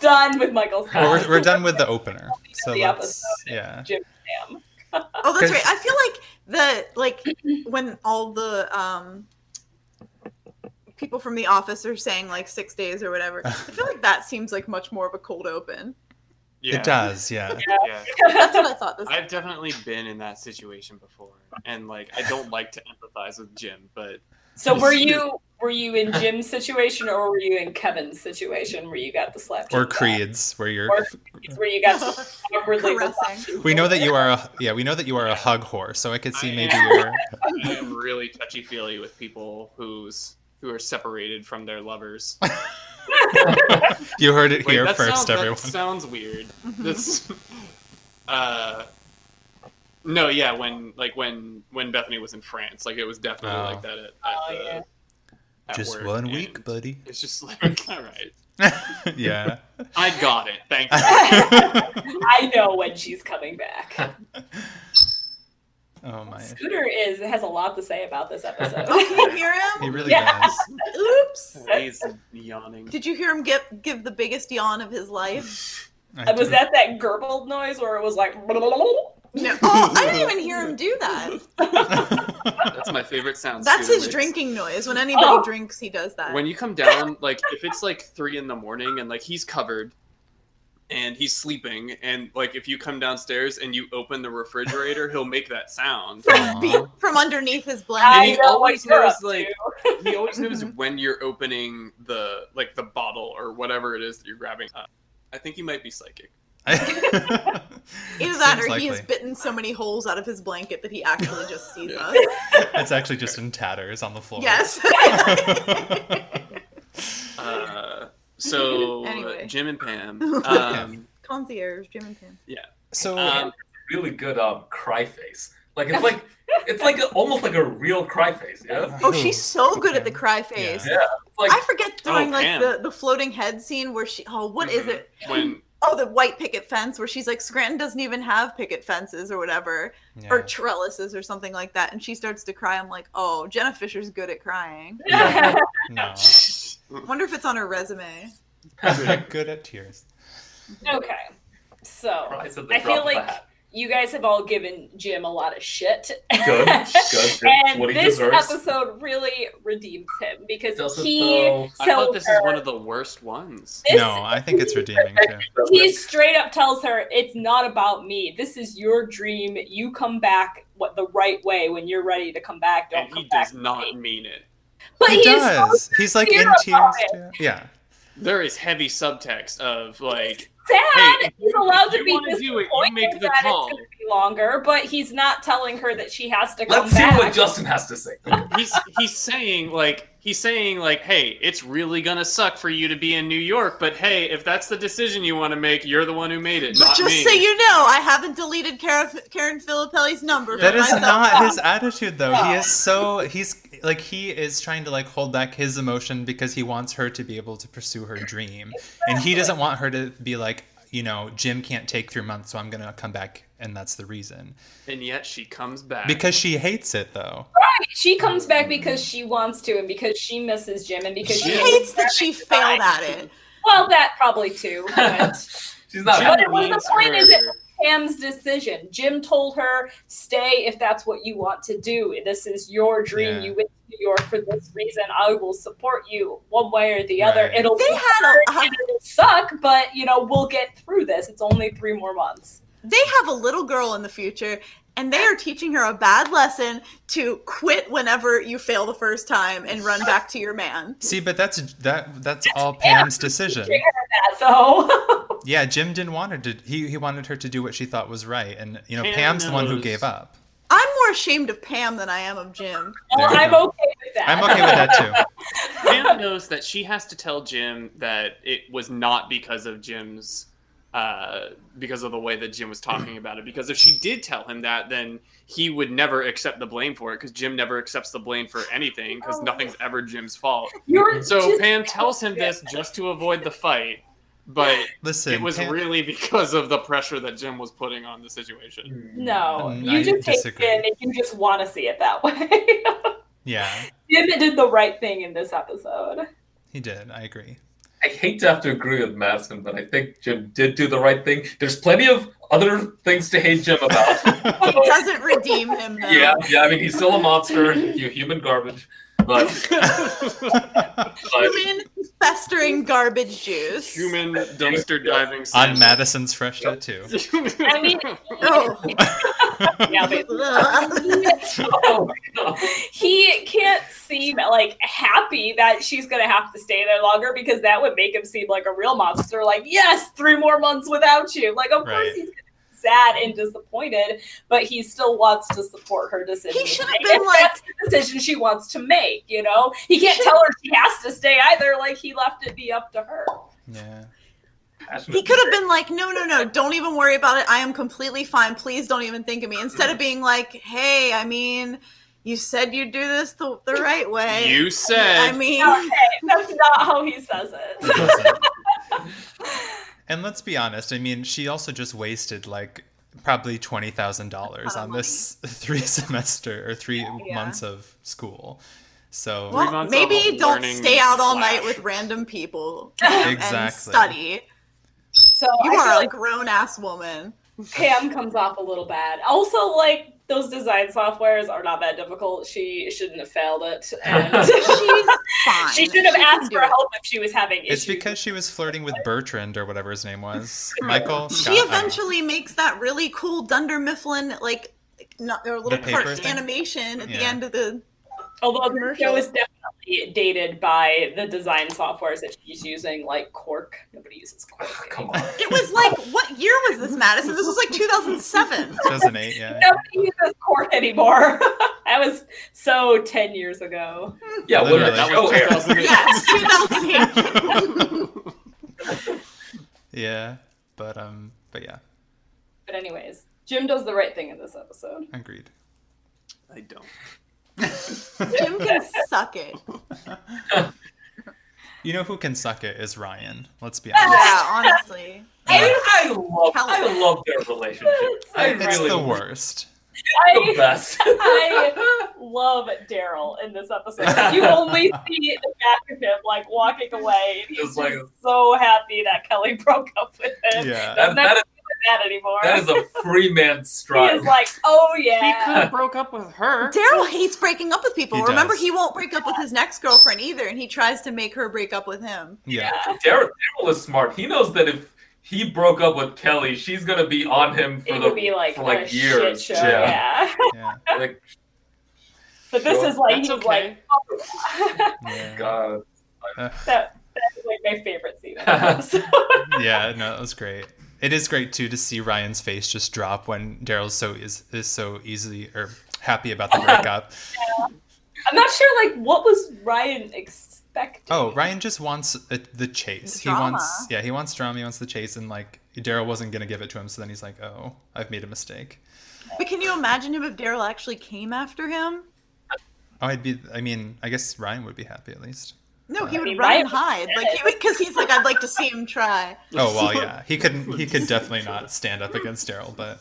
done with Michael's
Well, we're, we're done
[laughs]
with the opener. So
The
let's,
episode.
yeah.
Pam.
Oh, that's
'Cause-
right. I feel like the like when all the um people from the office are saying like six days or whatever. I feel like that seems like much more of a cold open.
yeah
It does, yeah. [laughs]
yeah
That's what I thought.
[laughs]
This.
i've definitely been in that situation before and like i don't like to empathize with jim but
[laughs] So were you were you in Jim's situation or were you in Kevin's situation where you got the slap?
Or creeds where you're.
Or- where you got to
[laughs]
awkwardly [laughs]
Caressing.
We know that you are a yeah. We know that you are a hug whore, so I could see
I
maybe
am.
you're.
i am really touchy feely with people whose who are separated from their
[laughs]
lovers.
you heard it
Wait,
here
that
first,
sounds,
everyone.
That sounds weird.
Mm-hmm.
This, uh, no, yeah, when like when when Bethany was in France, like it was definitely
Oh.
like that at, at,
Oh,
the,
yeah.
at
Just
work,
one
and
week,
[laughs]
buddy. [laughs]
It's just like all right,
[laughs]
yeah.
I got it.
[laughs]
Thank you.
I know when she's coming back. [laughs]
oh my.
Scooter is has a lot to say about this
Oh, can you
episode.
hear
He
him?
really
Yeah.
does.
[laughs]
[laughs] Oops.
He's yawning.
Did you hear him give give the biggest yawn of his life?
I
was
do.
that that gurgled noise where it was like?
[laughs]
No. Oh, I didn't even hear him do that.
[laughs]
[laughs]
That's my favorite sound.
That's
Scooter
his
makes.
drinking noise. When anybody
Oh.
drinks, he does that.
When you come down, like if it's like three in the morning and like he's covered and he's sleeping, and like if you come downstairs and you open the refrigerator, he'll make that sound.
Aw.
from, be- from underneath his
I
blanket.
he
know
always
what you're
knows,
up
like-
to.
He always knows
Mm-hmm.
when you're opening the like the bottle or whatever it is that you're grabbing. Uh, I think he might be psychic.
Either
Seems
that, or
likely.
he has bitten so many holes out of his blanket that he actually just sees
Yeah. [laughs]
us.
It's actually just in tatters on the floor.
Yes.
Uh,
[laughs]
so
Anyway.
Jim and Pam. Um,
[laughs] Concierge, Jim and Pam.
[laughs] so
um,
Really good um, cry face. Like it's like it's like a, almost like a real cry face. Yeah.
Oh,
Ooh. Oh,
she's so good at the cry phase.
Yeah. It's like
I forget during like
Pam.
the, the floating head scene where she oh what is
Mm-hmm.
Mhm.
it
when
oh the white picket fence where she's like Scranton doesn't even have picket fences or whatever
yeah.
or trellises or something like that and she starts to cry I'm like oh Jenna Fisher's good at crying
[laughs]
Yeah. no.
wonder if it's on her resume
Good at tears.
okay, so
cries at [laughs] the
I
drop
feel
of a
like [laughs]
hat.
you guys have all given Jim a lot of shit.
good, good. That's
and
what he
this
deserves.
episode really redeems him because
Does it,
he
though?
I thought
tells
this is
her
one of the worst ones.
This-
no, I think it's redeeming too.
he straight up tells her it's not about me. This is your dream. You come back what the right way when you're ready to come back. Don't
And
come
he
back.
does
to
not
me."
mean it.
But
he
he's so
does. He's like in
about
tears. Too. Yeah.
There is heavy subtext of like
sad.
Hey, if
he's allowed to
you
be
wanna do it, you
disappointed
make the
that
call.
it's going to be longer, but he's not telling her that she has to come
Let's see
back.
what Justin has to say.
he's he's saying like he's saying like hey it's really gonna suck for you to be in new york but hey if that's the decision you want to make you're the one who made it
but
not
just
me
so you know I haven't deleted Karen, Karen Filippelli's number
That
from
is
my cell
not
phone.
his attitude though. He is so he's like he is trying to like hold back his emotion because he wants her to be able to pursue her dream. And he doesn't want her to be like, you know, Jim can't take three months, so I'm gonna come back and that's the reason.
and yet she comes back
Because she hates it though.
She comes back because she wants to and because she misses Jim and because
she
she,
hates that she failed at it
Well, that probably too. But [laughs]
She's not.
Jim
But
happy.
it was the
needs
point is
her.
Pam's decision. Jim told her, "Stay if that's what you want to do. This is your dream.
Yeah.
You went to New York for this reason. I will support you one way or the other.
Right.
It'll
they
be
had
hard
a
and it'll suck, but you know we'll get through this. It's only three more months."
they have a little girl in the future and they are teaching her a bad lesson to quit whenever you fail the first time and run back to your man.
See, but that's that that's all Pam's decision.
That though, [laughs]
Yeah, Jim didn't want her to he he wanted her to do what she thought was right and you know,
Pam
Pam's the one who
knows.
gave up.
I'm more ashamed of Pam than I am of Jim.
There you
I'm
go.
okay with that.
I'm okay with that too.
[laughs] Pam knows that she has to tell Jim that it was not because of Jim's, uh, because of the way that Jim was talking about it. Because if she did tell him that, then he would never accept the blame for it. Because Jim never accepts the blame for anything. Because
Oh.
nothing's ever Jim's fault.
[laughs] You're
So
just-
Pam tells
[laughs]
him this just to avoid the fight,
[laughs]
but
Listen,
it was
Pam-
really because of the pressure that Jim was putting on
[laughs]
the situation.
No,
Mm,
you
I
just hate
disagree.
Jim and you just want to see it that [laughs] way.
Yeah,
Jim did the right thing in this episode.
he did. I
[laughs]
agree.
I hate to have to agree with Madison, but I think Jim did do the right thing. There's plenty of other things to hate Jim about.
[laughs]
It doesn't redeem him though.
yeah, yeah. I mean, he's still a monster. You human garbage. But, [laughs] but
Human festering garbage juice.
Human dumpster diving.
On
[laughs]
Madison's fresh tattoo.
I mean,
Oh.
yeah, but
oh, God.
he can't seem like happy that she's gonna have to stay there longer because that would make him seem like a real monster. Like, yes, three more months without you. Like, of
Right.
course he's gonna be sad and disappointed, but he still wants to support her decision.
He should
to
have
make.
been
And
like-
that's the decision she wants to make. You know, he can't
should-
tell her she has to stay either. Like he left it be up to her.
Yeah.
He could have been like, no, no, no, don't even worry about it. I am completely fine. Please don't even think of me. Instead of being like, hey, I mean, you said you'd do this the, the right way.
You
I
said
mean,
Okay, that's not how he says
It
it.
doesn't. and let's be honest. I mean, she also just wasted like probably twenty thousand dollars on this [laughs] three semester or three
Yeah.
months of school. So
Three
well,
months
maybe
of
don't
learning
stay out all
slash-
night with random
[laughs]
people and
Exactly.
study.
So
You
I feel
are
like
a grown
[laughs]
ass woman.
Pam comes off a little bad. Also, like those design softwares are not that difficult. She shouldn't have failed
[laughs]
it. And [laughs]
She's fine.
she should have
can
asked
do
for
it.
help if she was having
it's
issues.
because she was flirting with Bertrand or whatever his name was, Michael. Scott, I
She
don't know.
eventually makes that really cool Dunder Mifflin like not their little
The paper
part
thing?
animation at the
Yeah.
end of the
although the
commercial.
show is definitely dated by the design softwares that she's using, like Cork. Nobody uses Cork.
Come on.
It was like what year was this, Madison? This was like
[laughs]
2007.
2008,
[laughs]
yeah.
Nobody uses Cork anymore. [laughs] that was so ten years ago.
Yeah, when the
Literally.
that
show
Oh,
was
aired.
2008.
Yes, 2008.
[laughs] yeah, but um, but yeah,
But anyways, Jim does the right thing in this episode.
agreed. [laughs]
I don't.
Jim can suck it.
you know who can suck it is Ryan. Let's be honest.
Yeah, honestly.
I, I love, I love their relationship. I
it's
really
the worst.
the
[laughs]
best.
I love Daryl in this episode. You only
[laughs]
see the back of him like walking away. and He's
Just
just
like-
so happy that Kelly [laughs] broke up with him.
Yeah.
That-
He's
that
not
is-
that anymore.
That is a free man's
he
stride.
is like, oh
He could
yeah.
have broke up with her.
Daryl hates breaking up with people.
He
Remember,
does.
he won't break up with his next girlfriend either, and he tries to make her break up with him.
Yeah.
Daryl, Daryl is smart. He knows that if he broke up with Kelly, she's gonna be on him for
It
the
would be like,
for
a
like years.
shit show. Yeah.
[laughs]
Yeah.
Like
But this
Sure.
is like
That's
he's
okay.
like [laughs]
Yeah.
[laughs] God.
that, that's like my favorite scene
[laughs]
of the episode.
yeah, no, that was great. It is great too to see Ryan's face just drop when Daryl's so is is so easily or happy
[laughs]
about the breakup.
I'm not sure like what was Ryan expecting.
Oh, Ryan just wants the, the chase. He
Drama.
wants yeah, he wants drama. He wants the chase, and like Daryl wasn't gonna give it to him, so then he's like, oh, I've made a mistake.
But can you imagine him if Daryl actually came after him?
Oh, I'd be. I mean, I guess Ryan would be happy at least.
No, he
I
would
mean,
run
Ryan
and hide, like because he's like, I'd like to see him try.
Oh well, yeah, he couldn't. He could definitely not stand up against Daryl, but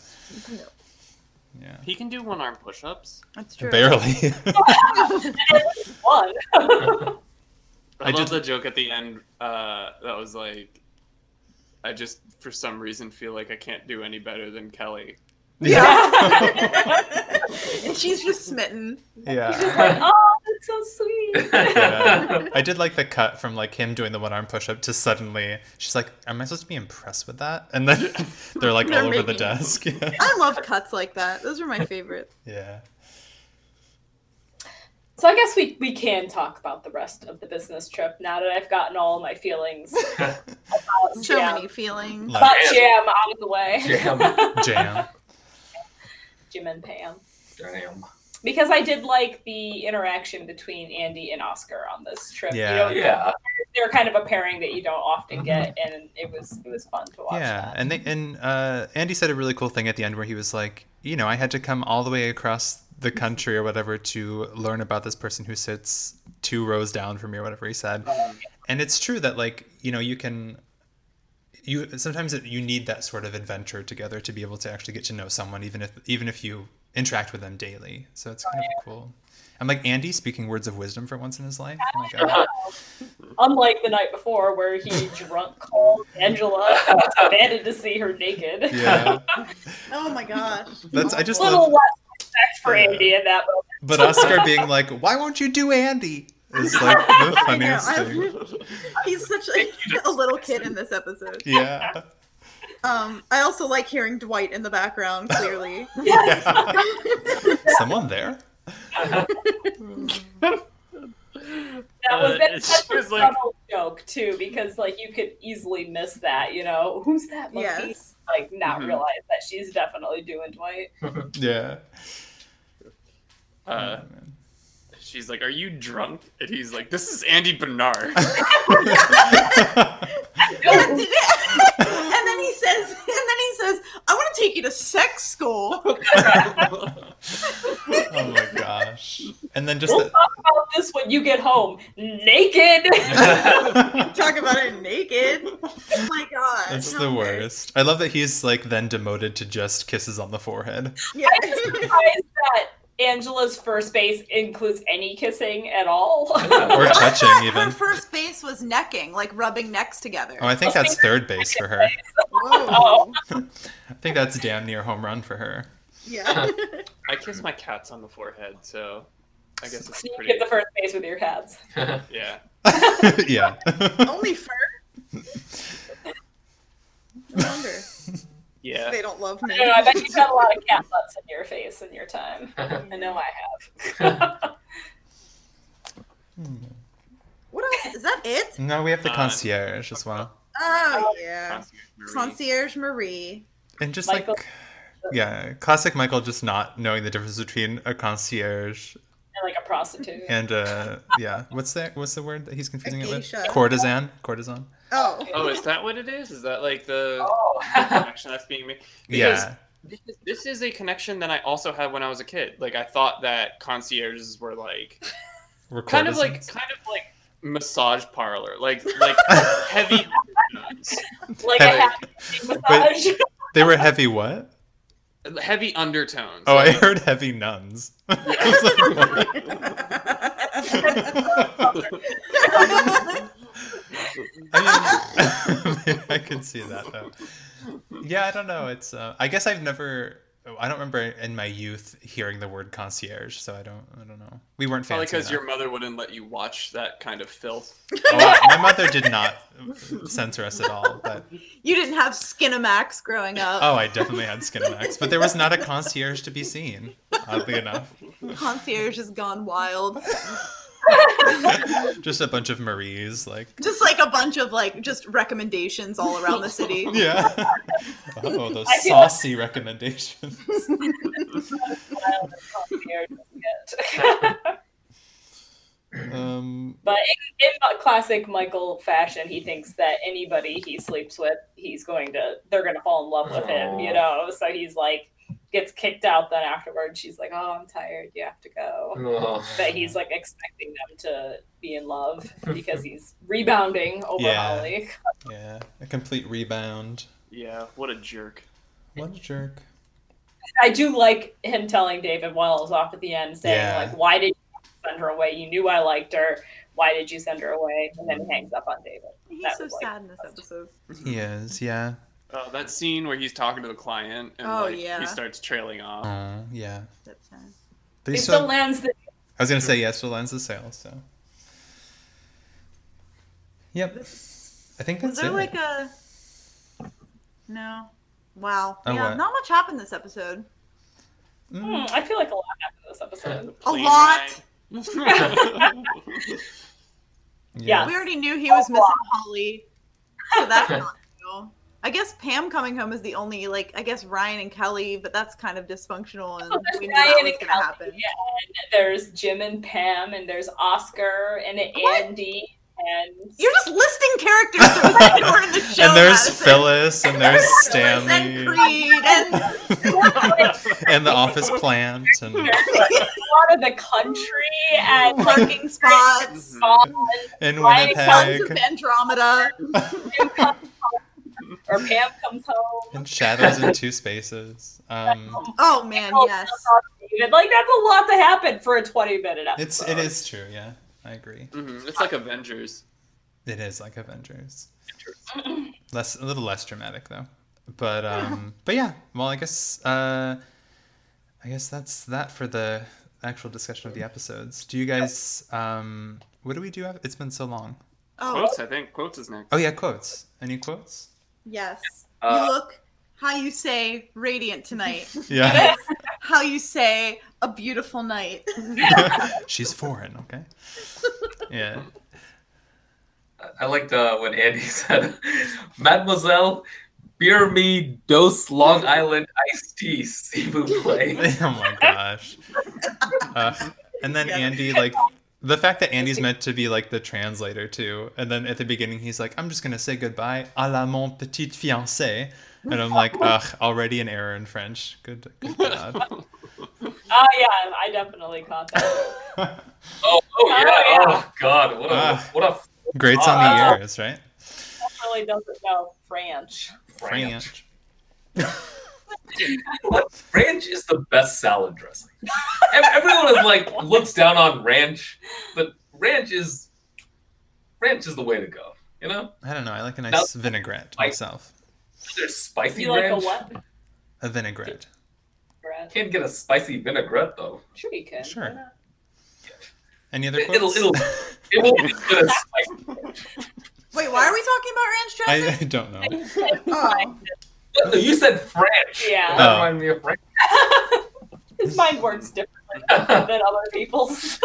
yeah,
He can do one arm push ups.
That's true. [laughs]
barely. [laughs]
One.
I,
I
love
did-
the joke at the end uh, that was like, I just for some reason feel like I can't do any better than Kelly.
[laughs]
[laughs]
[laughs]
and she's just smitten. [laughs]
He's just
yeah.
like, oh, that's so sweet.
[laughs] Yeah. I did like the cut from like him doing the one arm push up to suddenly she's like, "Am I supposed to be impressed with that?" And then [laughs] they're like
They're
all over the
making-
desk. [laughs] Yeah.
I love cuts like that. Those are my favorite.
yeah.
So I guess we, we can talk about the rest of the business trip now that I've gotten all
[laughs]
my feelings about
So
Jam.
many feelings.
Like
About Jam out of the way.
Jam.
jam.
[laughs] Jim and Pam.
Damn.
Because I did like the interaction between Andy and Oscar on this trip.
Yeah. Mm-hmm.
You know,
Yeah. [laughs]
they're kind of a pairing that you don't often get and it was it was fun to watch.
Yeah,
that.
and they and uh, Andy said a really cool thing at the end where he was like, you know, I had to come all the way across the country or whatever to learn about this person who sits two rows down from me or whatever he said,
Uh-huh.
and it's true that like you know you can. You sometimes it, you need that sort of adventure together to be able to actually get to know someone, even if even if you interact with them daily. So it's kind of cool. I'm like Andy speaking words of wisdom for once in his life.
[laughs]
Oh my god!
Uh-huh. Unlike the night before where he drunk called Angela [laughs] and was demanded to see her naked.
Yeah,
Oh my gosh.
that's I just
a little
love.
less respect for
Yeah.
Andy in that moment.
But Oscar being like, "Why won't you do Andy?" is like the
[laughs] I know.
funniest thing.
He's such [laughs] a, a little kid in this episode.
Yeah.
Um, I also like hearing Dwight in the background. [laughs] Clearly,
yeah. Someone there.
That
Uh,
was that's
it's
such a
just like-
subtle joke too, because like you could easily miss that. You know, who's that monkey?
yes.
like not
Mm-hmm.
Mhm.
realize that she's definitely doing Dwight.
Yeah.
Uh,
Oh, man.
she's like, "Are you drunk?" And he's like, "This is Andy
[laughs]
Bernard."
Oh.
and then he says, [laughs] and then he says, I want to take you to sex school. [laughs]
oh my gosh. And then just
We'll
[laughs]
the,
talk about this when you get home, naked. [laughs]
Talk about it naked. Oh my god.
that's the worst. I love that he's like then demoted to just kisses on the forehead.
Yeah.
I'm
[laughs]
just surprised that Angela's first base includes any kissing at all. [laughs]
Or
I
touching
thought
even.
Her first base was necking, like rubbing necks together. Oh.
Oh, I think that's third base for her.
Whoa.
I think that's damn near home run for her. [laughs]
Yeah.
I kiss my cats on the forehead, so I guess it's
so you
pretty.
get the first base with your cats.
[laughs] Yeah.
[laughs]
yeah.
[laughs] Only fur. No wonder
Yeah.
they don't love
I
[laughs] me.
don't know, I bet you've had a lot of cat butts in your face in
[laughs]
your time. I know I have.
What else? Is that it?
no, Hmm. we have the
Uh,
concierge as well.
Oh yeah.
Marie.
Concierge Marie.
And just
Michael-
like yeah, classic Michael just not knowing the difference between a concierge
And like a prostitute.
and a yeah, what's that what's the word that he's confusing it with?
geisha.
Courtesan, courtesan.
Oh.
Oh, is that what it is? Is that
[laughs]
like the
Oh.
connection that's being made? Because
yeah.
this is, this is a connection that I also had when I was a kid. Like I thought that concierges were
[laughs]
like
We're
kind of like
courtesans.
kind of like massage parlor,
[laughs]
like like heavy. undertones.
like a
Hey.
happy massage. [laughs]
They were heavy what?
heavy undertones.
Oh, I [laughs]
Like,
heard heavy nuns. [laughs] I was like, what?
[laughs]
Oh. [laughs]
I mean, [laughs] I can see that though. Yeah, I don't know. It's uh, I guess I've never. I don't remember in my youth hearing the word concierge, so I don't. I don't know. We weren't
Probably
fancy.
because your
enough.
mother wouldn't let you watch that kind of filth.
Oh, my mother did not censor us at all. But
you didn't have Skinamax growing up.
oh, I definitely had Skinamax, but there was not a concierge to be seen. Oddly enough,
Concierge has gone wild.
just a bunch of Maries, like
Just like a bunch of like just recommendations all around the city.
[laughs] yeah. Oh, those
I feel like-
saucy recommendations.
Concierge doesn't get.
Um,
but in, in classic Michael fashion, he thinks that anybody he sleeps with, he's going to, they're going to fall in love with him,
Oh.
you know? So he's like, gets kicked out then afterwards. She's like, oh, I'm tired. You have to go.
Oh.
But he's like expecting them to be in love because he's
[laughs]
rebounding over
Yeah.
Holly.
yeah, a complete rebound.
Yeah, what a jerk.
What a jerk.
I do like him telling David Wells off at the end, saying
Yeah.
like, "Why did you send her away? You knew I liked her. Why did you send her away?" And
Mm-hmm.
then he hangs up on David.
He's
That
so
was, like,
sad in this episode.
He is, yeah.
Uh, that scene where he's talking to the client and
Oh,
like,
yeah.
he starts trailing off.
Aw, Uh, yeah.
That's sad.
But
It
he
still
still,
lands the
I was gonna say yes, still lands the sale. So. Yep. I think
Was
that's
there
it.
like a no? Wow.
Oh,
yeah,
what?
not much happened this episode.
Mm.
Hmm, I feel like a lot happened this episode.
A
Plane
lot. [laughs]
[laughs] ride.
Yeah.
We
Yes.
already knew he was missing Holly, so that's not new. I guess Pam coming home is the only like I guess Ryan and Kelly, but that's kind of dysfunctional, and
Oh, there's
we knew that
Ryan
was
and
gonna
Kelly,
happen.
yeah. There's Jim and Pam, and there's Oscar and
What?
Andy, and [laughs]
You're just listing
[laughs]
characters that we were in the show.
and there's
Madison.
Phyllis, and there's
[laughs] Phyllis
Stanley,
and Creed, and
[laughs]
[laughs]
and the office plant, and
a lot of the country and
Oh
like
parking spots,
all
in
Why
tons of
Winnipeg,
Andromeda.
or Pam comes home.
[laughs] and shadows in two spaces. Um,
Oh man,
Oh,
yes.
David. Like that's a lot to happen for a twenty-minute episode.
it's it is true. Yeah, I agree.
Mhm, It's like Avengers.
It is like Avengers. Less a little less dramatic though. But um but yeah, well I guess uh I guess that's that for the actual discussion of the episodes. Do you guys um what do we do? af- It's been so long.
Oh
Quotes, I think. Quotes is next.
Oh yeah, quotes. Any quotes?
yes.
Uh,
you look how you say radiant tonight.
Yeah.
how you say a beautiful
[laughs]
night.
[laughs] She's foreign, okay? Yeah. [laughs]
[laughs] I liked uh, what Andy said. Mademoiselle, Beer me dose Long Island iced tea, Cebu
[laughs]
play.
oh my gosh. Uh, and then
Yeah.
Andy, like the fact that Andy's meant to be like the translator too, and then at the beginning he's like, "I'm just gonna say goodbye à la mon petite fiancée," and I'm like, "Ugh, already an error in French." Good, good God. [laughs]
Oh yeah, I definitely caught that.
Oh, oh yeah.
Oh, yeah.
Oh god. What a
Ah.
what a
Greats on
Ah.
the ears, right?
definitely doesn't know French.
French. ranch is the best salad dressing. Ev- Everyone
[laughs]
is like looks down on ranch, but ranch is ranch is the way to go. You know,
I don't know. I like a nice
That's-
vinaigrette
I-
myself.
there's spicy
You like a
ranch.
what?
A vinaigrette.
Brad?
Can't get a spicy vinaigrette though.
Sure you can.
Sure.
Why [laughs] not?
Any other
It,
quotes?
will it'll [laughs] it will be good as spicy.
Wait, why are we talking about ranch
I, [laughs] I
dressing?
don't know.
oh.
No, You said French.
Yeah.
That
Oh.
reminded me of French. [laughs]
His mind works differently than other
[laughs]
people's.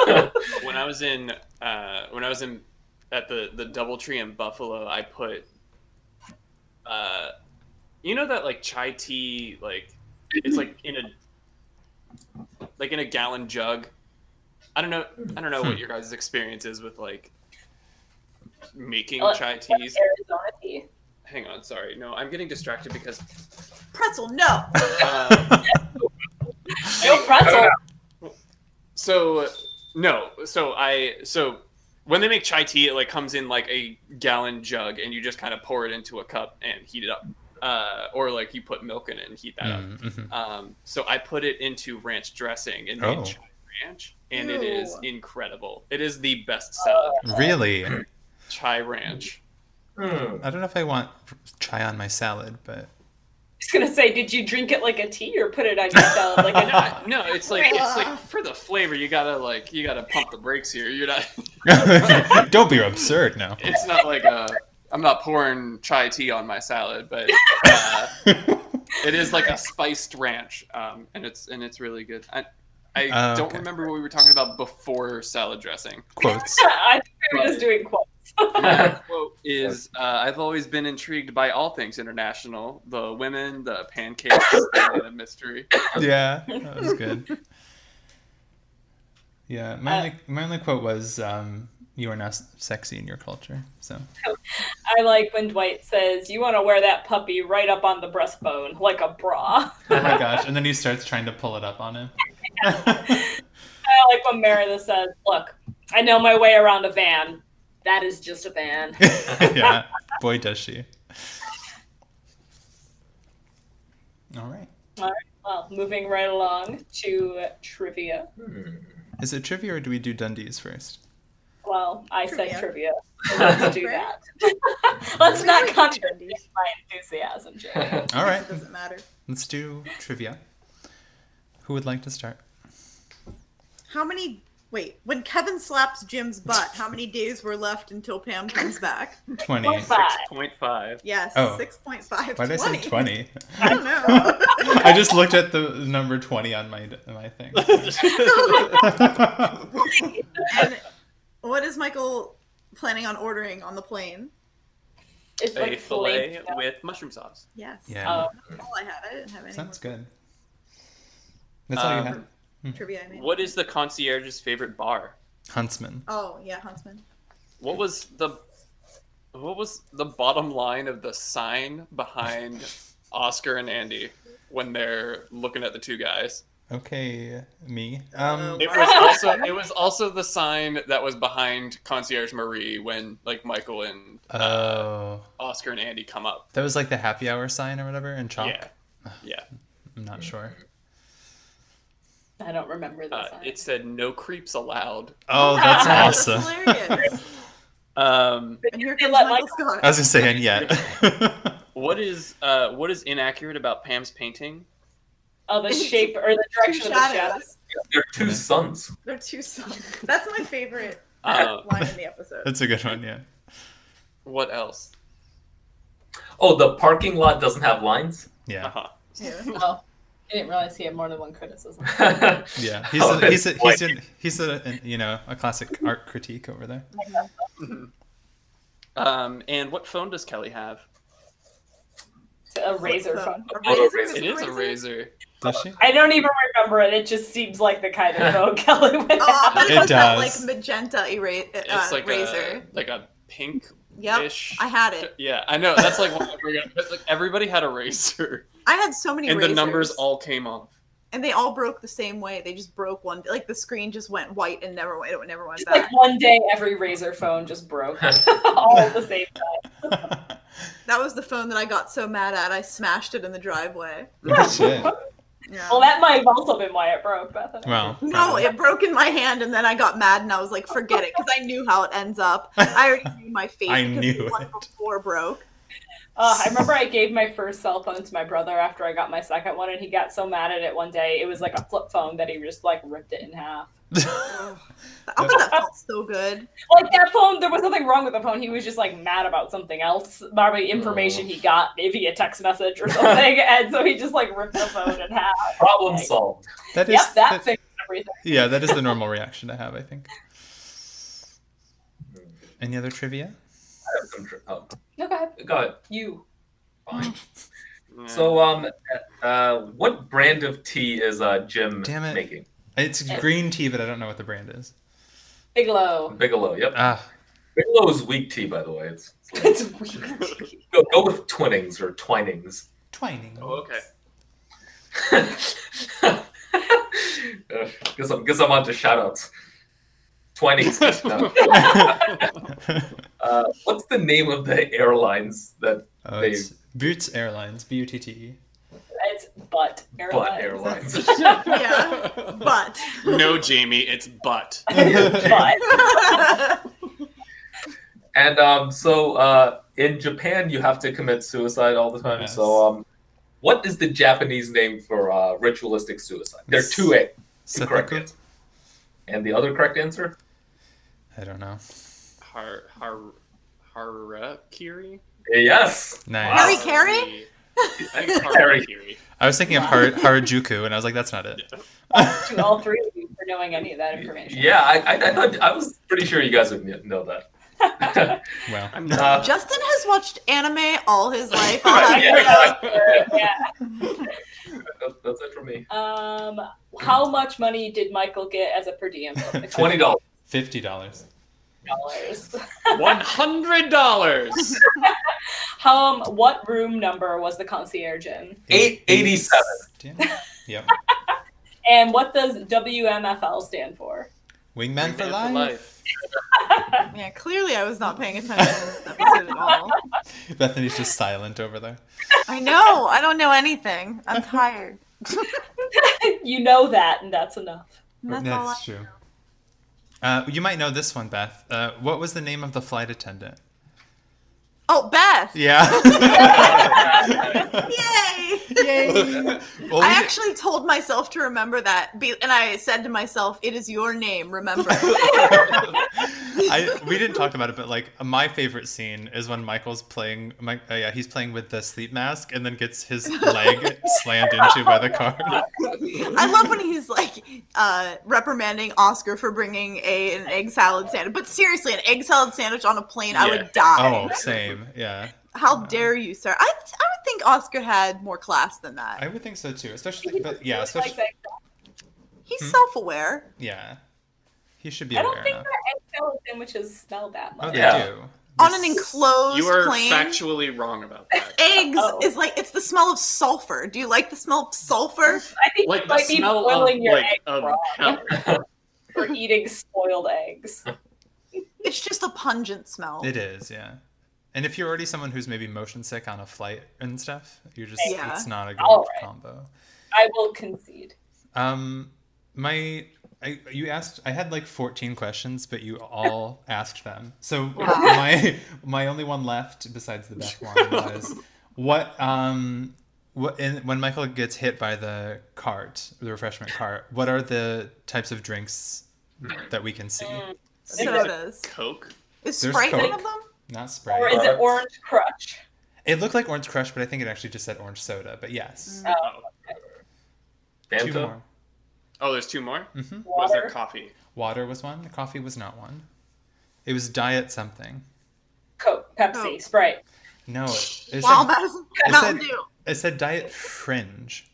when I was in uh, when I was in at the the DoubleTree in Buffalo, I put uh, you know that like chai tea like it's like in a like in a gallon jug. I don't know. I don't know what
Hmm.
your guys' experience is with like making
Oh,
chai teas.
Arizona tea.
Hang on, sorry. No, I'm getting distracted because
Pretzel, no.
uh,
No pretzel.
So no, so I so when they make chai tea, it like comes in like a gallon jug, and you just kind of pour it into a cup and heat it up, uh, or like you put milk in it and heat that
Mm, mhm.
up. Um, so I put it into ranch dressing and made
Oh.
chai ranch, and it is
Ew.
incredible. It is the best salad,
Really?
chai ranch.
Hmm.
I don't know if I want chai on my salad, but
I was gonna say, did you drink it like a tea or put it on your salad like a
No, no, it's like it's like for the flavor, you gotta like you gotta pump the brakes here. You're not.
don't be absurd now.
It's not like a. I'm not pouring chai tea on my salad, but. Uh, It is like a spiced ranch, um, and it's and it's really good. I, I
Oh,
don't
okay.
remember what we were talking about before salad dressing.
Quotes.
[laughs] I think we were just doing quotes.
My quote is uh, I've always been intrigued by all things international: the women, the pancakes, and the mystery.
Yeah, that was good. Yeah, my only, my only quote was, um, "You are not s- sexy in your culture." So
I like when Dwight says, "You want to wear that puppy right up on the breastbone like a bra." [laughs]
oh my gosh, and then he starts trying to pull it up on him.
I like when Meredith says, "Look, I know my way around a van. That is just a van."
yeah, boy does she. All right,
Well, moving right along to trivia.
is it trivia or do we do Dundee's first?
Well, I
Trivia.
said trivia. so Let's do that. [laughs] Let's not contradict my enthusiasm, Jay.
All right,
It doesn't matter.
let's do trivia. Who would like to start?
How many? Wait, when Kevin slaps Jim's butt, how many days were left until Pam comes back?
Twenty.
Or five.
Point five.
Yes,
Oh.
six point five.
Why did I say twenty?
I [laughs] don't know.
I just looked at the number twenty on my my thing.
and what is Michael planning on ordering on the plane?
It's
A
like
fillet
filet.
with mushroom sauce.
Yes.
yeah,
Oh,
All I had. I didn't have any
sounds
more
good. That's all you
Um,
had.
trivia. I mean.
What is the concierge's favorite bar?
Huntsman.
Oh yeah, Huntsman.
What was the what was the bottom line of the sign behind Oscar and Andy when they're looking at the two guys?
Okay, me. Um,
It was also it was also the sign that was behind Concierge Marie when like Michael and
oh,
Oscar and Andy come up.
that was like the happy hour sign or whatever in chalk.
Yeah. Yeah.
I'm not sure.
[laughs] I don't remember
Uh,
that. sign.
it said no creeps allowed.
[laughs] Oh, that's awesome.
That's hilarious.
Um,
and here
They
comes
let
Michael
I
Scott.
was gonna say and yet.
what is uh, what is inaccurate about Pam's painting?
Oh, the shape or the
Two
direction of the shadow.
shadows.
They're two sons.
They're two sons. That's my favorite
Uh,
line in the episode.
[laughs] that's a good one. Yeah.
what else?
Oh, the parking lot doesn't have lines.
Yeah.
Uh-huh. [laughs]
Yeah.
Oh, I didn't realize he had more than one
[laughs]
criticism.
Yeah. He's
Oh,
a, he's a,
boy.
he's a, he's a, an- you know a classic art critique over there.
Um, and what phone does Kelly have?
Uh, a razor phone.
A razor
razor.
is
It is a
razor?
razor.
Does
[laughs]
she?
I don't even remember it. It just seems like the kind of phone Kelly would
Oh,
have.
It
but it was that like
does.
magenta era- uh,
It's like
razor.
a like a pink
Yep,
ish.
I had it.
Yeah, I know. That's like what I forgot. [laughs] But, like, everybody had a razor,
I had so [laughs] many
and the
razors,
numbers all came off.
and they all broke the same way. They just broke one, like the screen just went white and never went. It never went
Just
back.
like one day, every razor phone just broke. [laughs] All at the same time.
that was the phone that I got so mad at. I smashed it in the driveway.
Shit.
Yeah.
Well, that might have also been why it broke, Bethany.
Well,
No,
probably. [laughs]
it broke in my hand, and then I got mad, and I was like, "Forget it," because I knew how it ends up. I already knew my fate.
I
because
knew
the one
it.
before broke.
Uh, I remember I gave my first cell phone to my brother after I got my second one, and he got so mad at it one day. It was like a flip phone that he just like ripped it in half.
Ugh. I bet that felt so good.
Like that phone, there was nothing wrong with the phone. He was just like mad about something else, probably information he got, maybe a text message or something, and so he just like ripped the phone in half.
Problem solved.
that is
Yep, that
that-
fixed everything.
yeah, that is the normal reaction to have, I think. Any other trivia?
I have some tr- oh,
No, go ahead.
go ahead.
You.
Fine.
Yeah.
So, um, uh, what brand of tea is uh, Jim
Damn it.
making?
It's green tea, but I don't know what the brand is.
Bigelow.
Bigelow. Yep.
Ah,
Bigelow is weak tea, by the way. It's, [laughs] it's like-
It's weird.
go, go with twinings or twinings.
twining.
Oh,
[laughs]
okay.
uh, [laughs] guess I'm guess I'm onto shoutouts.
[laughs]
Twinings. No.
Oh,
Uh, what's the name of the airlines that
Oh, it's Boots Airlines, B U T T E.
It's butt airline.
butt airlines?
[laughs]
Yeah. But
no, Jamie, it's butt.
[laughs] But
And um, so uh, in Japan, you have to commit suicide all the time.
Yes.
So um, what is the Japanese name for uh, ritualistic suicide? There are two, a- two correct
Seppuku?
answers. And the other correct answer?
I don't know.
Har har harakiri.
Yes.
Nice.
Harry Carey? [laughs]
Harakiri.
I was thinking of Har- Harajuku, and I was like, that's
[laughs]
not it.
to all three of you for knowing any of that information.
Yeah, I, I, I thought I was pretty sure you guys would kn- know that.
[laughs] Well,
I'm
Uh,
not.
[laughs] Justin has watched anime all his
[laughs]
[laughs] life. I'll have
yeah,
yeah.
that- that's it for me.
Um, how much money did Michael get as a per diem?
Twenty dollars.
fifty dollars.
dollars.
One hundred dollars.
Um, what room number was the concierge in?
Eight eighty-seven.
[laughs] Yep.
And what does WMFL stand for?
Wingman for life.
Yeah, clearly I was not paying attention to this episode at all.
Bethany's just silent over there.
I know. I don't know anything. I'm tired.
you know that, and that's enough.
And that's all I-
true. Uh, you might know this one, Beth. Uh, what was the name of the flight attendant?
Oh,
[laughs]
Beth!
Yeah.
Yay!
Well, we-
[laughs] I actually told myself to remember that, be- and I said to myself, "It is your name.
[laughs]
Remember."
I, we didn't talk about it, but like my favorite scene is when Michael's playing. My, uh, yeah, he's playing with the sleep mask, and then gets his
[laughs]
leg slammed into by the car.
Oh I love when he's like uh, reprimanding Oscar for bringing a an egg salad sandwich. But seriously, an egg salad sandwich on a plane, I
Yeah.
would die.
Oh, same. Yeah,
How dare you, sir? I I would think Oscar had more class than that.
I would think so too. Especially, but yeah, especially
Like,
He's
Hmm?
self-aware.
yeah. He should be
I
aware.
don't think
now.
that egg salad sandwiches smell that
Oh,
much.
they
Yeah.
do.
On an enclosed
You are
plane,
factually wrong about
[laughs]
that.
eggs
Oh.
is like it's the smell of sulfur. Do you like the smell of sulfur?
I think
Like
you
the
might be
smell of
boiling your
like
eggs
of
wrong
hell.
for eating spoiled
[laughs]
eggs.
It's just a pungent smell.
It is, yeah. And if you're already someone who's maybe motion sick on a flight and stuff, you're just
Yeah.
it's not a good
All right.
combo.
I will concede.
Um, my I, you asked I had like 14 questions, but you all [laughs] asked them. So my my only one left besides the Beth one
[laughs]
was what um what in, when Michael gets hit by the cart, the refreshment cart. What are the types of drinks that we can see?
Mm.
Sodas.
Coke.
Is
There's
Sprite one
Coke.
of them?
Not Sprite.
Or is it orange crush?
It looked like orange crush, but I think it actually just said orange soda. But yes,
Mm.
two
Fanta.
more.
Oh, there's two more.
hmm
What is their
Water?
coffee?
Water was one. Coffee was not one. It was diet something.
Coke, Pepsi,
Coke.
Sprite.
No, it, it
Wow,
said,
Mountain,
it
Mountain
said-
Dew.
It said diet fringe.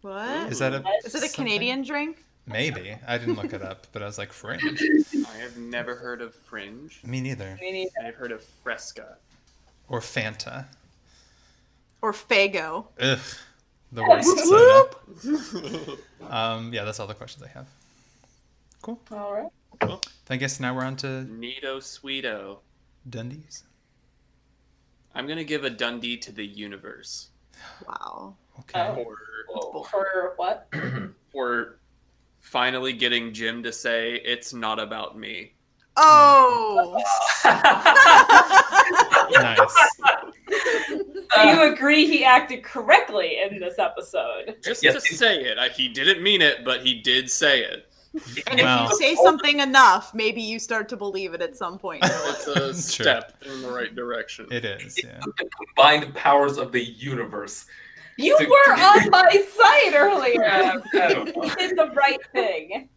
What?
Is that a?
Is it a
something?
Canadian drink?
Maybe I didn't look it up, but I was like fringe.
I have never heard of Fringe.
Me neither.
Me neither.
I've heard of Fresca.
Or Fanta.
Or Fago?
Ugh, the worst soda.
Whoop.
Um, yeah, that's all the questions I have. Cool.
All right.
I guess now we're on to
Neato Sweeto.
Dundee's.
I'm gonna give a Dundee to the universe
Wow.
Okay.
Oh.
for
Whoa.
For
[laughs]
what?
for finally getting Jim to say it's not about me.
Oh.
Oh,
Nice.
Do you agree he acted correctly in this episode?
Just
Yes.
to say it, I, he didn't mean it, but he did say it.
and if
Wow.
you say something enough, maybe you start to believe it at some point.
It's a
It's true.
step in the right direction.
It is. Yeah.
the combined powers of the universe.
You
To-
[laughs]
were on my side earlier.
I don't know.
He did the right thing.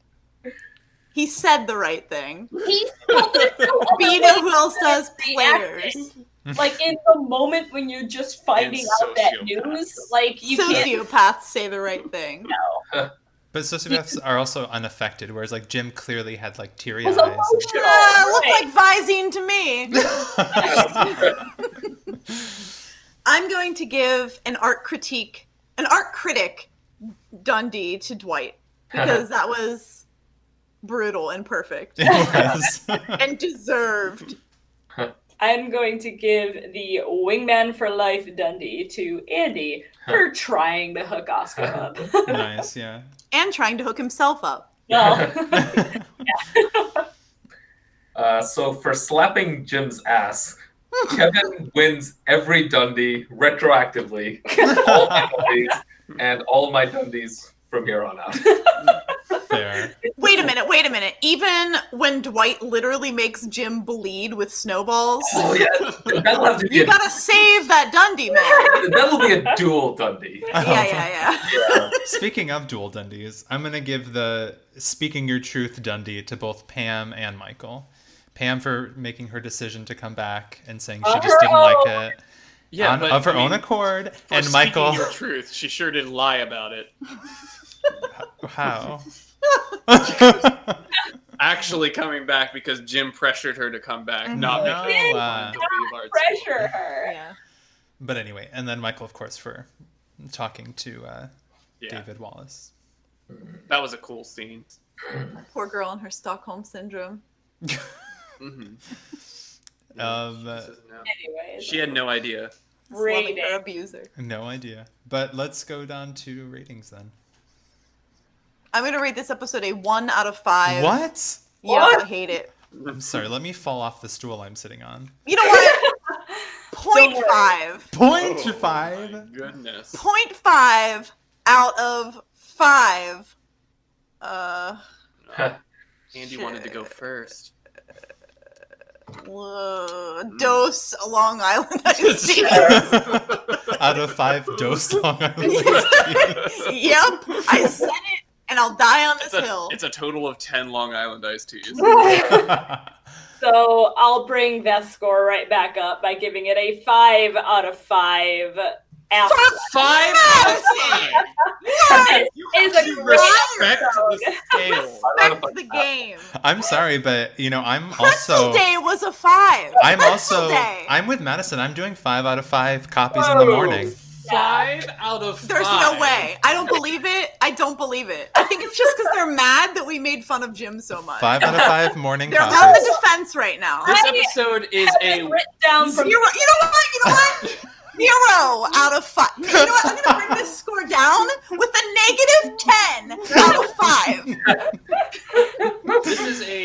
He said the right thing.
He well, there's no other
But
way
you know who else
to
does?
say
Players.
acting. Like in the moment when you're just finding out that
sociopaths.
news, like you can't.
Sociopaths say the right thing.
But sociopaths are also unaffected, whereas like Jim clearly had like teary
Was
eyes.
emotional.
Uh, looked
right.
like Visine to me. I'm going to give an art critique, an art critic, Dundee
[laughs]
to Dwight because that was brutal and perfect
[laughs] It was. [laughs]
and deserved.
I'm going to give the wingman for life Dundee to Andy for trying to hook Oscar up. [laughs]
[laughs]
nice.
[laughs]
Yeah.
And trying to hook himself up.
well,
[laughs] Uh, so for slapping Jim's ass, Kevin wins every Dundee retroactively, all my Dundies, and all my Dundies from here on out.
Fair.
Wait a minute, wait a minute. Even when Dwight literally makes Jim bleed with snowballs,
Oh yeah, that'll have to be.
you
A,
gotta save that Dundee
[laughs]
man.
that'll be a dual Dundee.
Yeah, yeah, yeah.
Yeah.
Um, Speaking of dual Dundies, I'm gonna give the speaking your truth Dundee to both Pam and Michael. Pam for making her decision to come back and saying she
Of
just
her
didn't
Oh,
own.
like it
Yeah,
on-
but,
of her
I mean,
own accord,
for
and
speaking
Michael [laughs]
your truth. She sure did lie about it.
how. [laughs]
[laughs]
Actually, coming back because Jim pressured her to come back, not
No,
because she
uh,
wanted to leave our team.
pressure her.
yeah.
but anyway, and then Michael, of course, for talking to uh,
Yeah,
David Wallace.
that was a cool scene.
Poor girl and her Stockholm syndrome.
[laughs]
hmm
Um,
Anyways,
she had no idea.
Just loving
Rating.
her abuser.
No idea. But let's go down to ratings then.
I'm gonna rate this episode a one out of five.
What?
Yeah,
What?
I hate it.
I'm sorry. Let me fall off the stool I'm sitting on.
You know what? Point
Don't worry.
five.
Point
Oh, my
five.
Goodness.
Point five out of five. Uh,
Uh, Andy wanted to go
Shit.
first.
uh,
Hmm.
Dose Long
[laughs]
Island iced tea. yep,
[laughs] Out of five dose Long [laughs] Island iced tea.
I said it, and I'll die on this
It's a,
hill.
it's a total of 10 Long Island iced
[laughs]
teas.
So I'll bring that score right back up by giving it a five out of five. [laughs] After
Five out of five!
this is a
You
great
respect
episode.
the
[laughs]
scale.
Back to the game.
[laughs] I'm sorry, but you know I'm
Pretzel
Uh, also
Day was a five.
I'm
Pretzel
also
Day.
I'm with Madison. I'm doing five out of five copies in the morning.
Five out of
There's
five.
no way. I don't believe it. I don't believe it. I think it's just because they're mad that we made fun of Jim so much.
Five out of five
[laughs]
morning
They're on
copies.
the defense right now.
This
I
episode is a
Written down
Zero.
from
You know what? You know
[laughs]
what? Zero out of five. You know what? I'm gonna bring this score down with a negative ten out of five.
this is a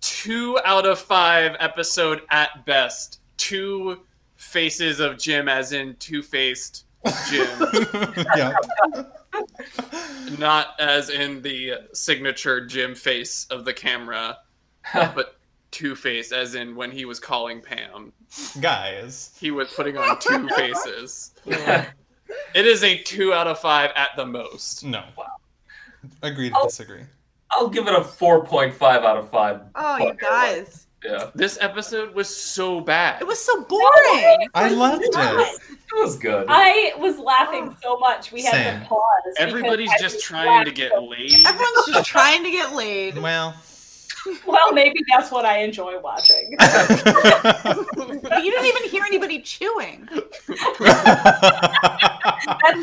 two out of five episode at best. Two faces of Jim, as in two faced Jim,
[laughs]
[laughs]
yeah.
not as in the signature Jim face of the camera, but two faced, as in when he was calling Pam.
Guys.
He was putting on two faces. It is a two out of five at the most.
No. Agree to
Oh.
disagree.
[laughs] I'll give it a 4.5 out of 5.
Oh, you guys.
Yeah,
This episode was so bad.
It was so boring.
I loved it.
What?
it was good.
I was laughing so much we had
Same.
to pause. because
Everybody's
I
just
was
trying to
laughing [laughs]
get
so-
laid.
Everyone's just trying to get laid.
[laughs]
Well,
Well, maybe that's what I enjoy
[laughs]
watching.
But you didn't even hear anybody chewing.
That's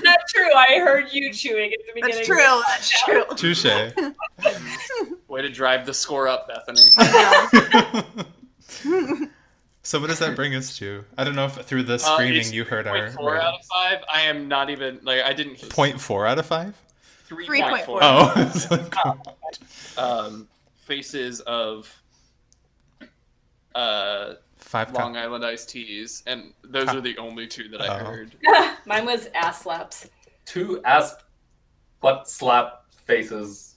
not true. I heard you chewing at the beginning.
That's true. That's true.
touche.
Way to drive the score up, Bethany.
so what does that bring us to? I don't know if through the
Uh,
screening
it's
you heard our
Point four out of five. I am not even like I didn't.
point four out of five.
three
Three
point
point
four.
four.
Oh, [laughs] it's like-
Um, faces of uh
five.
Long
Co-
Island iced teas, and those are the only two that I
Oh.
heard.
[laughs] Um, Mine was ass slaps.
Two ass butt slap faces.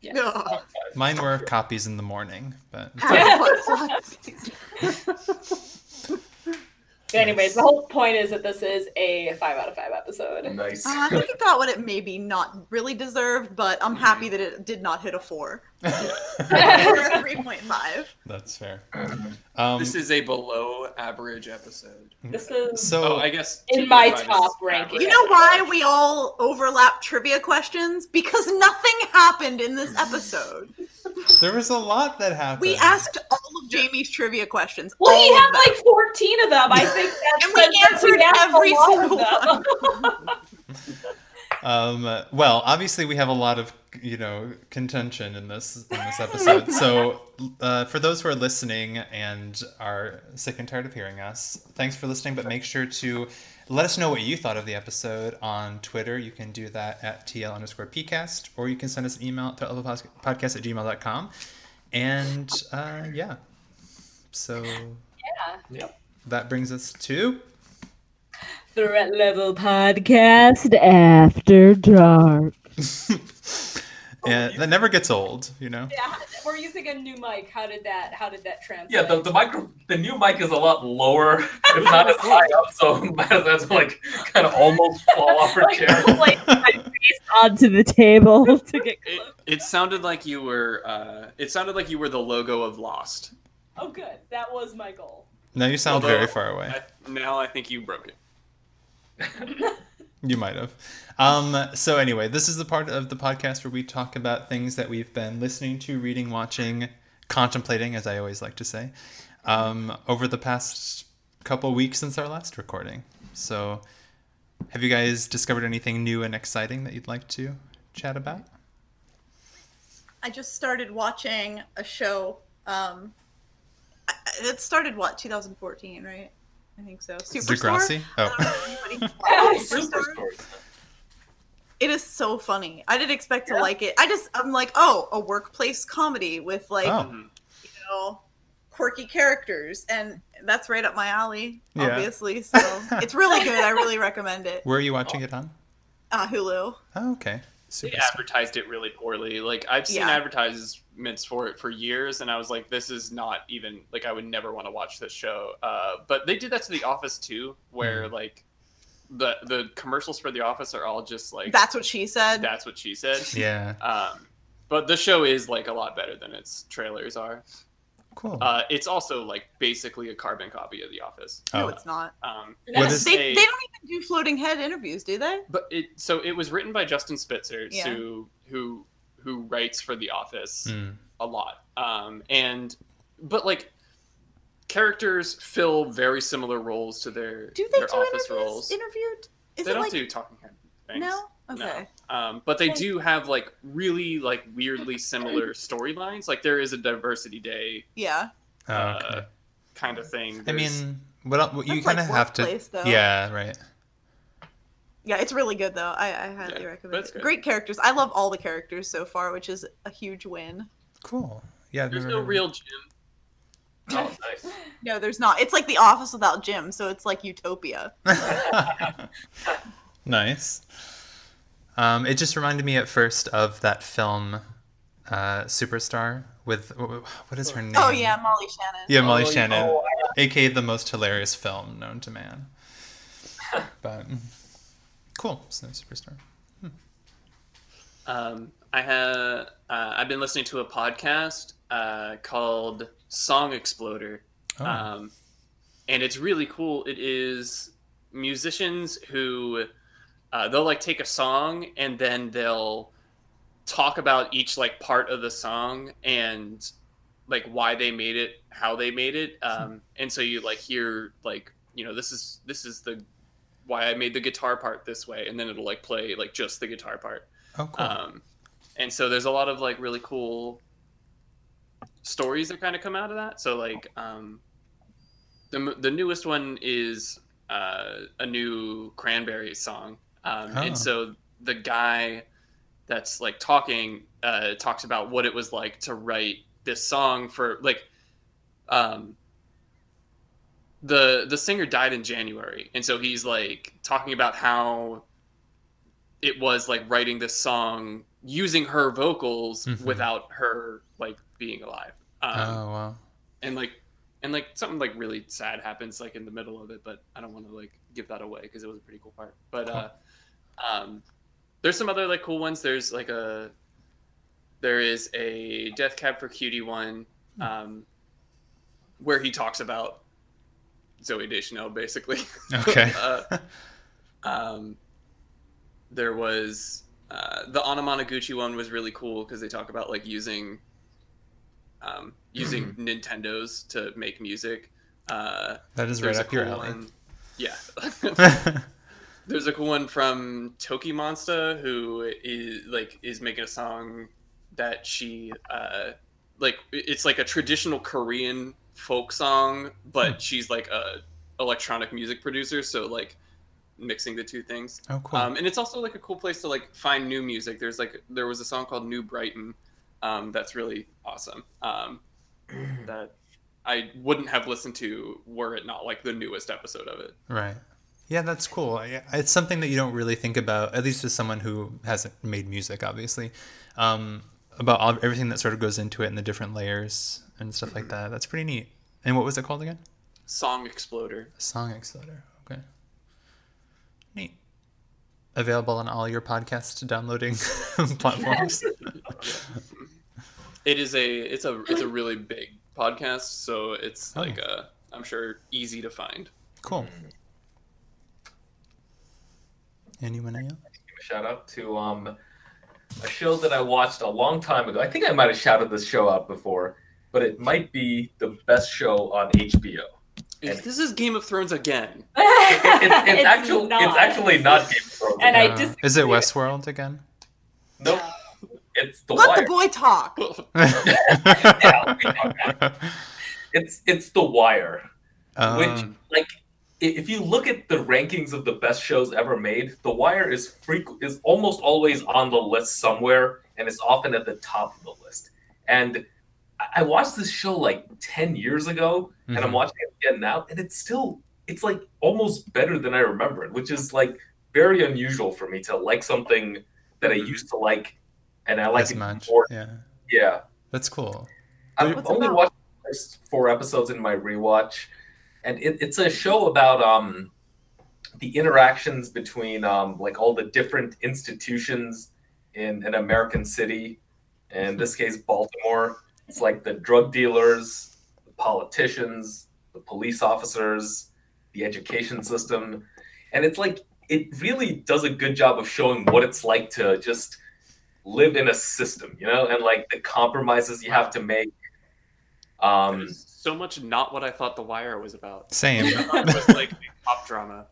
Yes.
No.
Mine were copies in the morning,
[laughs]
but
Uh,
But anyways, the whole point is that this is a five out of five episode.
Nice.
Uh, I think it got what it maybe not really deserved, but I'm happy that it did not hit
[laughs]
a four or a three point five.
that's fair. Um,
This is a below average episode.
This is
so.
oh, I guess
In my
2.5 is
top
average.
ranking.
You know why we all overlap trivia questions? Because nothing happened in this episode.
there was a lot that happened.
We asked all of Jamie's trivia questions.
well, he
all of
had
them.
like fourteen of them. I
[laughs]
think that's
And we answered every single one.
[laughs]
Um, uh, well, obviously, we have a lot of you know contention in this in this episode. so, uh, for those who are listening and are sick and tired of hearing us, thanks for listening. But make sure to let us know what you thought of the episode on Twitter. You can do that at tl underscore pcast, or you can send us an email at podcast at gmail.com. And uh, yeah, so
Yeah.
that brings us to.
Threat level
podcast after dark.
And eh, that never gets old, you know.
Yeah, we're using a new mic. How did that? How did that translate?
Yeah, the, the micro the new mic is a lot lower. It's not as high up, so [laughs] might as well just, like kind of almost fall off her
like,
[laughs] chair.
like, my face
Onto the table to get
It, it sounded like you were. Uh, it sounded like you were the logo of Lost.
Oh, good. That was my goal.
Now you sound
Although-
very far away.
I, now I think you broke it.
You might have. Um, so anyway, this is the part of the podcast where we talk about things that we've been listening to, reading, watching, contemplating, as I always like to say, um, over the past couple weeks since our last recording. So, have you guys discovered anything new and exciting that you'd like to chat about?
I just started watching a show. Um, I- I- it started what 2014, right? I think so.
Degrassi? Oh.
Superstore. Um, I don't know if anybody watched
Oh, Super
Superstore.
story.
It is so funny. I didn't expect to like it. I just I'm like, oh, a workplace comedy with like
Oh,
Mhm.
you know quirky characters, and that's right up my alley.
Yeah. [laughs]
Obviously, so it's really good. I really recommend it.
where are you watching it on?
Uh, Hulu.
Oh, okay.
They
Super.
advertised it really poorly. Like I've seen
Yeah.
advertisements for it for years, and I was like, "This is not even like I would never want to watch this show." Uh, but they did that to The Office too, where
Hmm.
like the the commercials for The Office are all just like
That's what she said.
that's what she
[laughs]
said.
Yeah.
Um, but the show is like a lot better than its trailers are.
Cool.
Uh, it's also like basically a carbon copy of The Office.
no,
Oh.
it's not.
Um,
What
it's
[laughs]
is-
they,
a-
they don't even do floating head interviews, do they?
but it so it was written by Justin Spitzer,
Yeah.
who who who writes for The Office
Mm.
a lot. Um, and but like characters fill very similar roles to their
Do they
their
do
office
interviews?
roles.
Interviewed? Is
they
it
don't
like
do talking head things.
no? Okay.
No. Um, but they do have like really like weirdly
[laughs]
similar storylines. Like there is a diversity day
Yeah.
Oh, okay.
uh, kind of thing.
I
There's-
mean, what, el- what you
That's
kind of
like
have to.
workplace, though.
Yeah. Right.
Yeah, it's really good though. I, I highly
Yeah,
recommend
that's
it.
good.
Great characters. I love all the characters so far, which is a huge win.
Cool. Yeah. I've
there's
never
no
heard of it.
real Jim.
Oh, nice.
No, there's not. It's like The Office without Jim, so it's like utopia.
[laughs]
nice. Um, it just reminded me at first of that film, uh, Superstar, with wh- wh- what is her name?
Oh yeah, Molly Shannon.
Yeah, Molly
Oh,
Shannon,
oh,
aka the most hilarious film known to
[laughs]
man. But mm, cool, so Superstar. Hmm.
Um, I have uh, I've been listening to a podcast uh, called Song Exploder,
Oh.
um, and it's really cool. It is musicians who uh, they'll like take a song and then they'll talk about each like part of the song and like why they made it, how they made it, um, and so you like hear like you know this is this is the why I made the guitar part this way, and then it'll like play like just the guitar part.
oh, cool.
Um, and so there's a lot of like really cool stories that kind of come out of that. So like um, the m- the newest one is uh, a new Cranberries song, um,
Oh.
and so the guy that's like talking uh, talks about what it was like to write this song for like um, the the singer died in January, and so he's like talking about how it was like writing this song using her vocals
Mhm.
without her like being alive. Um,
oh wow.
and like and like something like really sad happens like in the middle of it but i don't want to like give that away because it was a pretty cool part but uh um there's some other like cool ones there's like a there is a death cab for cutie one um where he talks about zoe deschanel basically
Okay.
[laughs] uh, um, there was uh, the Anamanaguchi one was really cool because they talk about like using um, using
Mm-hmm.
Nintendos to make music. Uh,
That is right
there's a
up your
cool
alley.
one- Yeah, [laughs] there's a cool one from Toki Monsta who is like is making a song that she uh, like it's like a traditional Korean folk song, but she's like a electronic music producer, so like mixing the two things.
[laughs] oh cool.
Um, and it's also like a cool place to like find new music. There's like there was a song called New Brighton, um, that's really awesome. Um, that I wouldn't have listened to were it not like the newest episode of it.
Right. Yeah, that's cool. I- It's something that you don't really think about, at least as someone who hasn't made music, obviously, um, about all, everything that sort of goes into it and the different layers and stuff like that. That's pretty neat. And what was it called again?
Song Exploder.
Song Accelerator. Okay. Neat. Available on all your podcast downloading [laughs] platforms.
It is a it's a it's a really big podcast, so it's like uh I'm sure easy to find.
Cool. Anyone else?
Shout out to um, a show that I watched a long time ago. I think I might have shouted this show out before, but it might be the best show on HBO.
If this is Game of Thrones again. [laughs]
It- it's, [laughs] it's, actual,
not.
it's actually not Game of Thrones.
And I
Uh,
disagree
is
[laughs]
it Westworld again?
Nope. It's The
Let
Wire.
the boy talk.
Um,
Yeah, we talked about it. it's it's The Wire.
[laughs] Um,
I- If you look at the rankings of the best shows ever made, The Wire is frequ- is almost always on the list somewhere, and it's often at the top of the list. And I- I watched this show like ten years ago, and I'm
mhm.
watching it again now, and it's still it's like almost better than I remembered, which is like very unusual for me to like something that I used to like, and I like
as
it
much.
more.
Yeah.
Yeah,
That's cool.
I've
What's
only
about?
watched the first four episodes in my rewatch, and it, it's a show about um, the interactions between um, like all the different institutions in an American city, and in this case Baltimore. It's like the drug dealers, the politicians, the police officers, the education system, and it's like it really does a good job of showing what it's like to just live in a system, you know, and like the compromises you have to make.
that
Um,
is so much not what I thought The Wire was about.
Same.
[laughs]
[laughs]
I thought it was like a cop drama.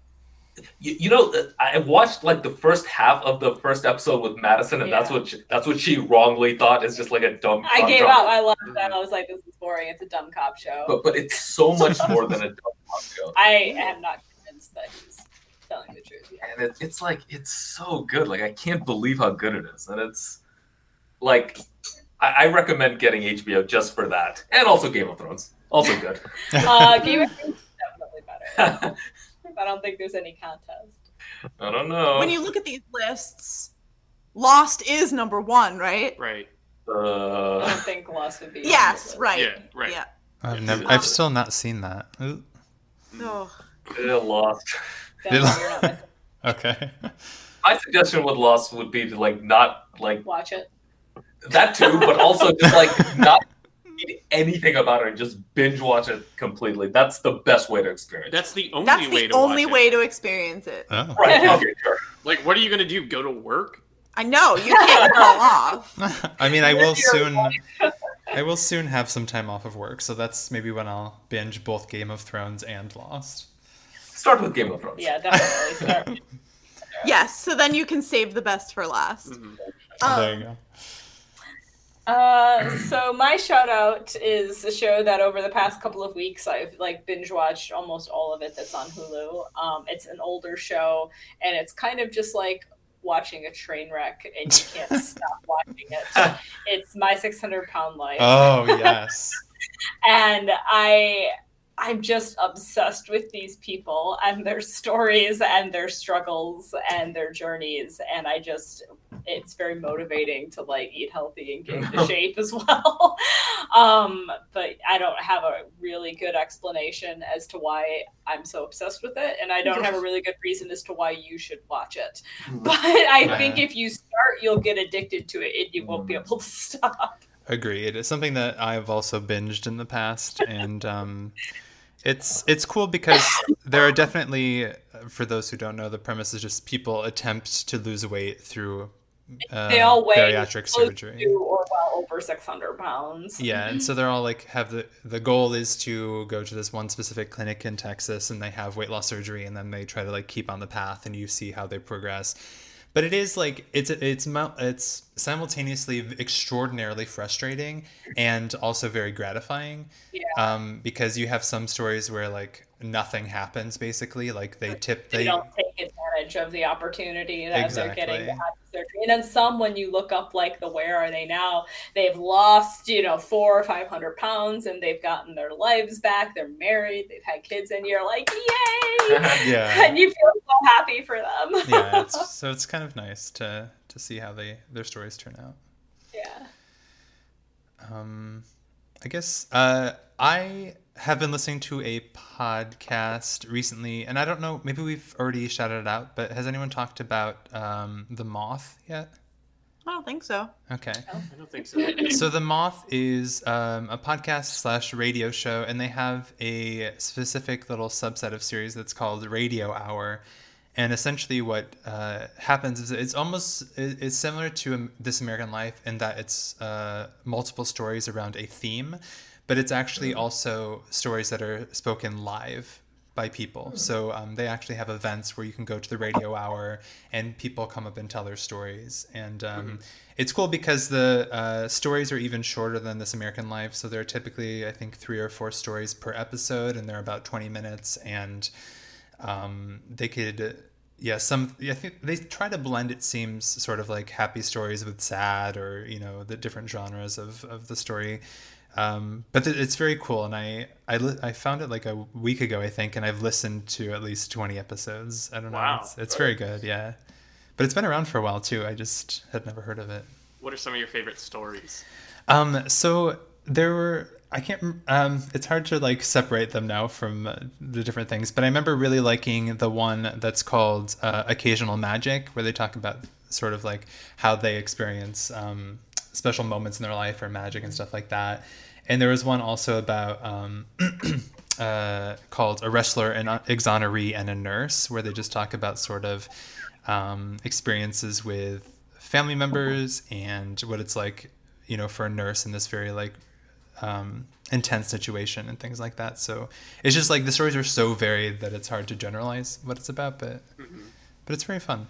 you, you know, I watched like the first half of the first episode with Madison, and that's
Yeah.
what she, that's what she wrongly thought is just like a dumb.
I
dumb
gave
drama.
up. I loved that. I was like, this is boring. It's a dumb cop show.
but but it's so much more than a dumb drama show,
I am not convinced that he's telling the truth. yet.
and it, it's like it's so good. Like I can't believe how good it is, and it's like I, I recommend getting HBO just for that, and also Game of Thrones, also good. [laughs]
Uh, Game of Thrones is definitely better.
I
I don't think there's any contest.
don't know.
When you look at these lists, Lost is number one, right?
Right.
I
uh,
don't think Lost would be.
Yes, right.
Yeah, right.
Yeah.
I've
Yeah.
never. I've still not seen that. Ooh.
Oh.
Mm.
lost.
Definitely you're not missing.
Okay. [laughs]
My suggestion with Lost would be to like not like
Watch it.
that too, but also
[laughs]
just like not read anything about it and just binge watch it completely. That's the best way to experience.
That's the only
That's
way
the
to
only
watch
way
it.
to experience it.
it.
Oh.
[laughs]
right. Okay, sure.
Like, what are you gonna do? Go to work?
I know you
[laughs]
can't call off.
[laughs] I mean, I will
You're
soon. [laughs] I will soon have some time off of work, so that's maybe when I'll binge both Game of Thrones and Lost.
Start with Game of Thrones. [laughs]
Yeah, definitely. Start.
[laughs]
Yes, so then you can save the best for last.
Mhm.
there you
Um,
go.
Uh, so my shout out is a show that over the past couple of weeks I've like binge watched almost all of it that's on Hulu. Um, it's an older show and it's kind of just like watching a train wreck and you can't stop watching it. It's my 600 pound life
Oh yes.
and I I'm just obsessed with these people and their stories and their struggles and their journeys and I just it's very motivating to like eat healthy and
[laughs]
get into shape as well. [laughs] um but I don't have a really good explanation as to why I'm so obsessed with it and I don't have a really good reason as to why you should watch it. [laughs] But I think
Yeah. Mm.
if you start you'll get addicted to it and you won't be able to [laughs] stop.
Agreed. It's something that I've also binged in the past, and um, it's it's cool because there are definitely, uh, for those who don't know, the premise is just people attempt to lose weight through uh,
They all weigh
bariatric
close
surgery.
to or well over 600 pounds.
Yeah, and so they're all like have the the goal is to go to this one specific clinic in Texas and they have weight loss surgery and then they try to like keep on the path and you see how they progress. But it is like it's it's mou- it's simultaneously extraordinarily frustrating and also very gratifying.
Yeah.
Um because you have some stories where like nothing happens basically, like they tip
They
they
don't take advantage of the opportunity that they're getting to
Exactly.
have the surgery. And then some, when you look up like the where are they now, they've lost, you know, four or 500 pounds and they've gotten their lives back. They're married, they've had kids, and you're like, yay!
[laughs]
[laughs]
yeah.
and you feel so happy for them.
yeah, it's, so it's kind of nice to to see how they their stories turn out.
yeah.
Um, I guess uh, I have been listening to a podcast recently, and I don't know. Maybe we've already shouted it out, but has anyone talked about um, the moth yet?
I don't think so.
Okay.
I don't think [laughs] so.
So the moth is um, a podcast slash radio show, and they have a specific little subset of series that's called Radio Hour. And essentially, what uh, happens is it's almost it- it's similar to um, This American Life in that it's uh, multiple stories around a theme, but it's actually also stories that are spoken live by people. So um, they actually have events where you can go to the radio hour and people come up and tell their stories. And um, it's cool because the uh, stories are even shorter than This American Life. So they're typically, I think, three or four stories per episode, and they're about 20 minutes. And um, they could yeah some i think they try to blend it seems sort of like happy stories with sad or you know the different genres of of the story um, but th- it's very cool and I, I li- i found it like a week ago i think and i've listened to at least 20 episodes i don't
Wow.
know it's, it's very good yeah but it's been around for a while too i just had never heard of it
What are some of your favorite stories?
um, so there were I can't rem- um it's hard to like separate them now from uh, the different things, but I remember really liking the one that's called uh, Occasional Magic where they talk about sort of like how they experience um special moments in their life or magic and stuff like that. And there was one also about um uh, called A Wrestler, an Exoneree, and a Nurse, where they just talk about sort of um, experiences with family members and what it's like, you know, for a nurse in this very like um, intense situation and things like that. So it's just like the stories are so varied that it's hard to generalize what it's about, but but it's very fun.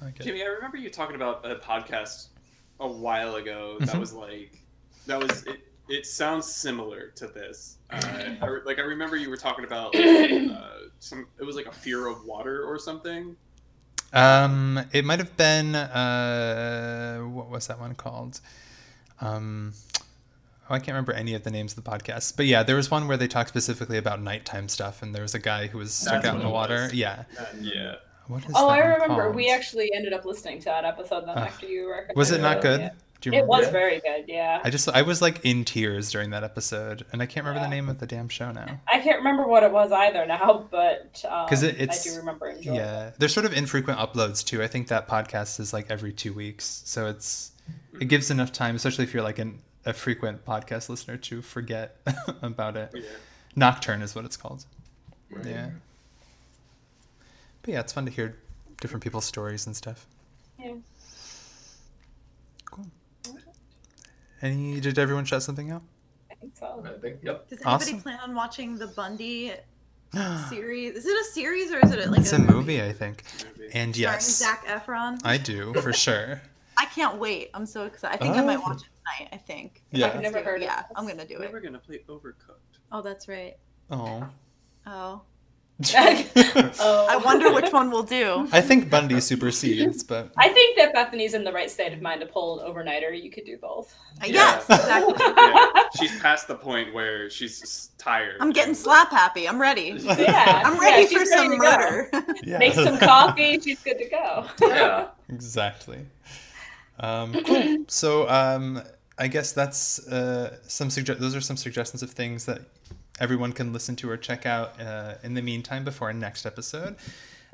I like it.
Jimmy, I remember you talking about a podcast a while ago that
Mhm.
was like that was it. It sounds similar to this. Uh, I re- like I remember you were talking about like, uh, some. It was like a fear of water or something.
Um, it might have been uh, what was that one called? Um, oh, I can't remember any of the names of the podcasts, but yeah, there was one where they talked specifically about nighttime stuff, and there was a guy who was stuck
That's
out in
what
the
it
water.
was.
Yeah,
yeah.
what is
Oh,
that
I
one
remember.
called?
We actually ended up listening to that episode then
Ah.
after you recommended
was it not
Uh,
good?
Yeah.
Do you
It was
remember?
very good, yeah.
I just I was like in tears during that episode, and I can't remember
Yeah.
the name of the damn show now.
I can't remember what it was either now, but um,
'Cause it- it's-
I do remember enjoying it.
Yeah, they're sort of infrequent uploads too. I think that podcast is like every two weeks, so it's it gives enough time, especially if you're like an, a frequent podcast listener, to forget [laughs] about it. Nocturne is what it's called. Yeah. But yeah, it's fun to hear different people's stories and stuff.
Yeah.
Cool. Any did everyone shut something
[gasps]
out?
I think so.
I think,
[laughs]
yep.
Does anybody
Awesome.
plan on watching
[sighs]
the Bundy series? Is it a series or is it like
it's a movie, I think. And
starring
yes,
Zach Efron? I,
I do for
[laughs]
sure.
can't wait. I'm so excited. I think I might
Oh.
watch it tonight. I think.
Yeah.
I've never heard of
Yeah,
this.
I'm gonna do
Now
it.
we're gonna play
[laughs]
Overcooked.
Oh, that's right.
Oh.
Oh,
[laughs]
[laughs]
Oh.
I wonder which one we'll [laughs] do.
I think Bundy supersedes, but
[laughs] I think that Bethany's in the right state of mind to pull an overnighter. You could do both.
Uh, Yes,
Yeah.
exactly.
Yeah, she's past the point where she's s- tired.
I'm getting slap happy. I'm
[laughs]
ready.
Yeah.
I'm ready
Yeah,
for
she's
some
to go.
murder. [laughs]
yeah.
Make some coffee. She's good to go.
Yeah.
[laughs] exactly. Um, cool. So um, I guess that's uh, some sugge- Those are some suggestions of things that everyone can listen to or check out uh, in the meantime before our next episode.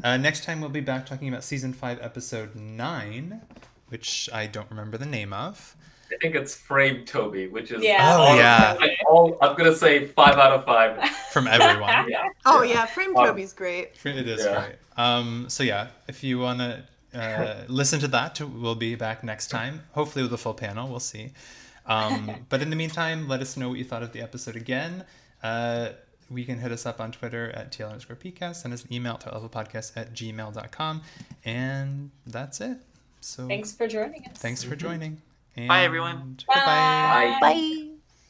Uh, next time we'll be back talking about season five, episode nine, which I don't remember the name of.
I think it's Frame Toby, which is
Yeah.
Oh, yeah.
I, all, I'm gonna say five out of five.
[laughs]
From everyone.
Yeah.
Oh yeah, Frame
Um,
Toby's great.
It is
Yeah.
great. Um, so yeah, if you want to uh, listen to that, we'll be back next time. Hopefully with a full panel. We'll see. Um, but in the meantime, let us know what you thought of the episode again. Uh, we can hit us up on Twitter at TL underscore PCast. Send us an email to levelpodcast at gmail.com. And that's it. So
Thanks for joining us.
thanks for joining. And
Bye, everyone.
Goodbye.
Bye.
Bye.
Bye.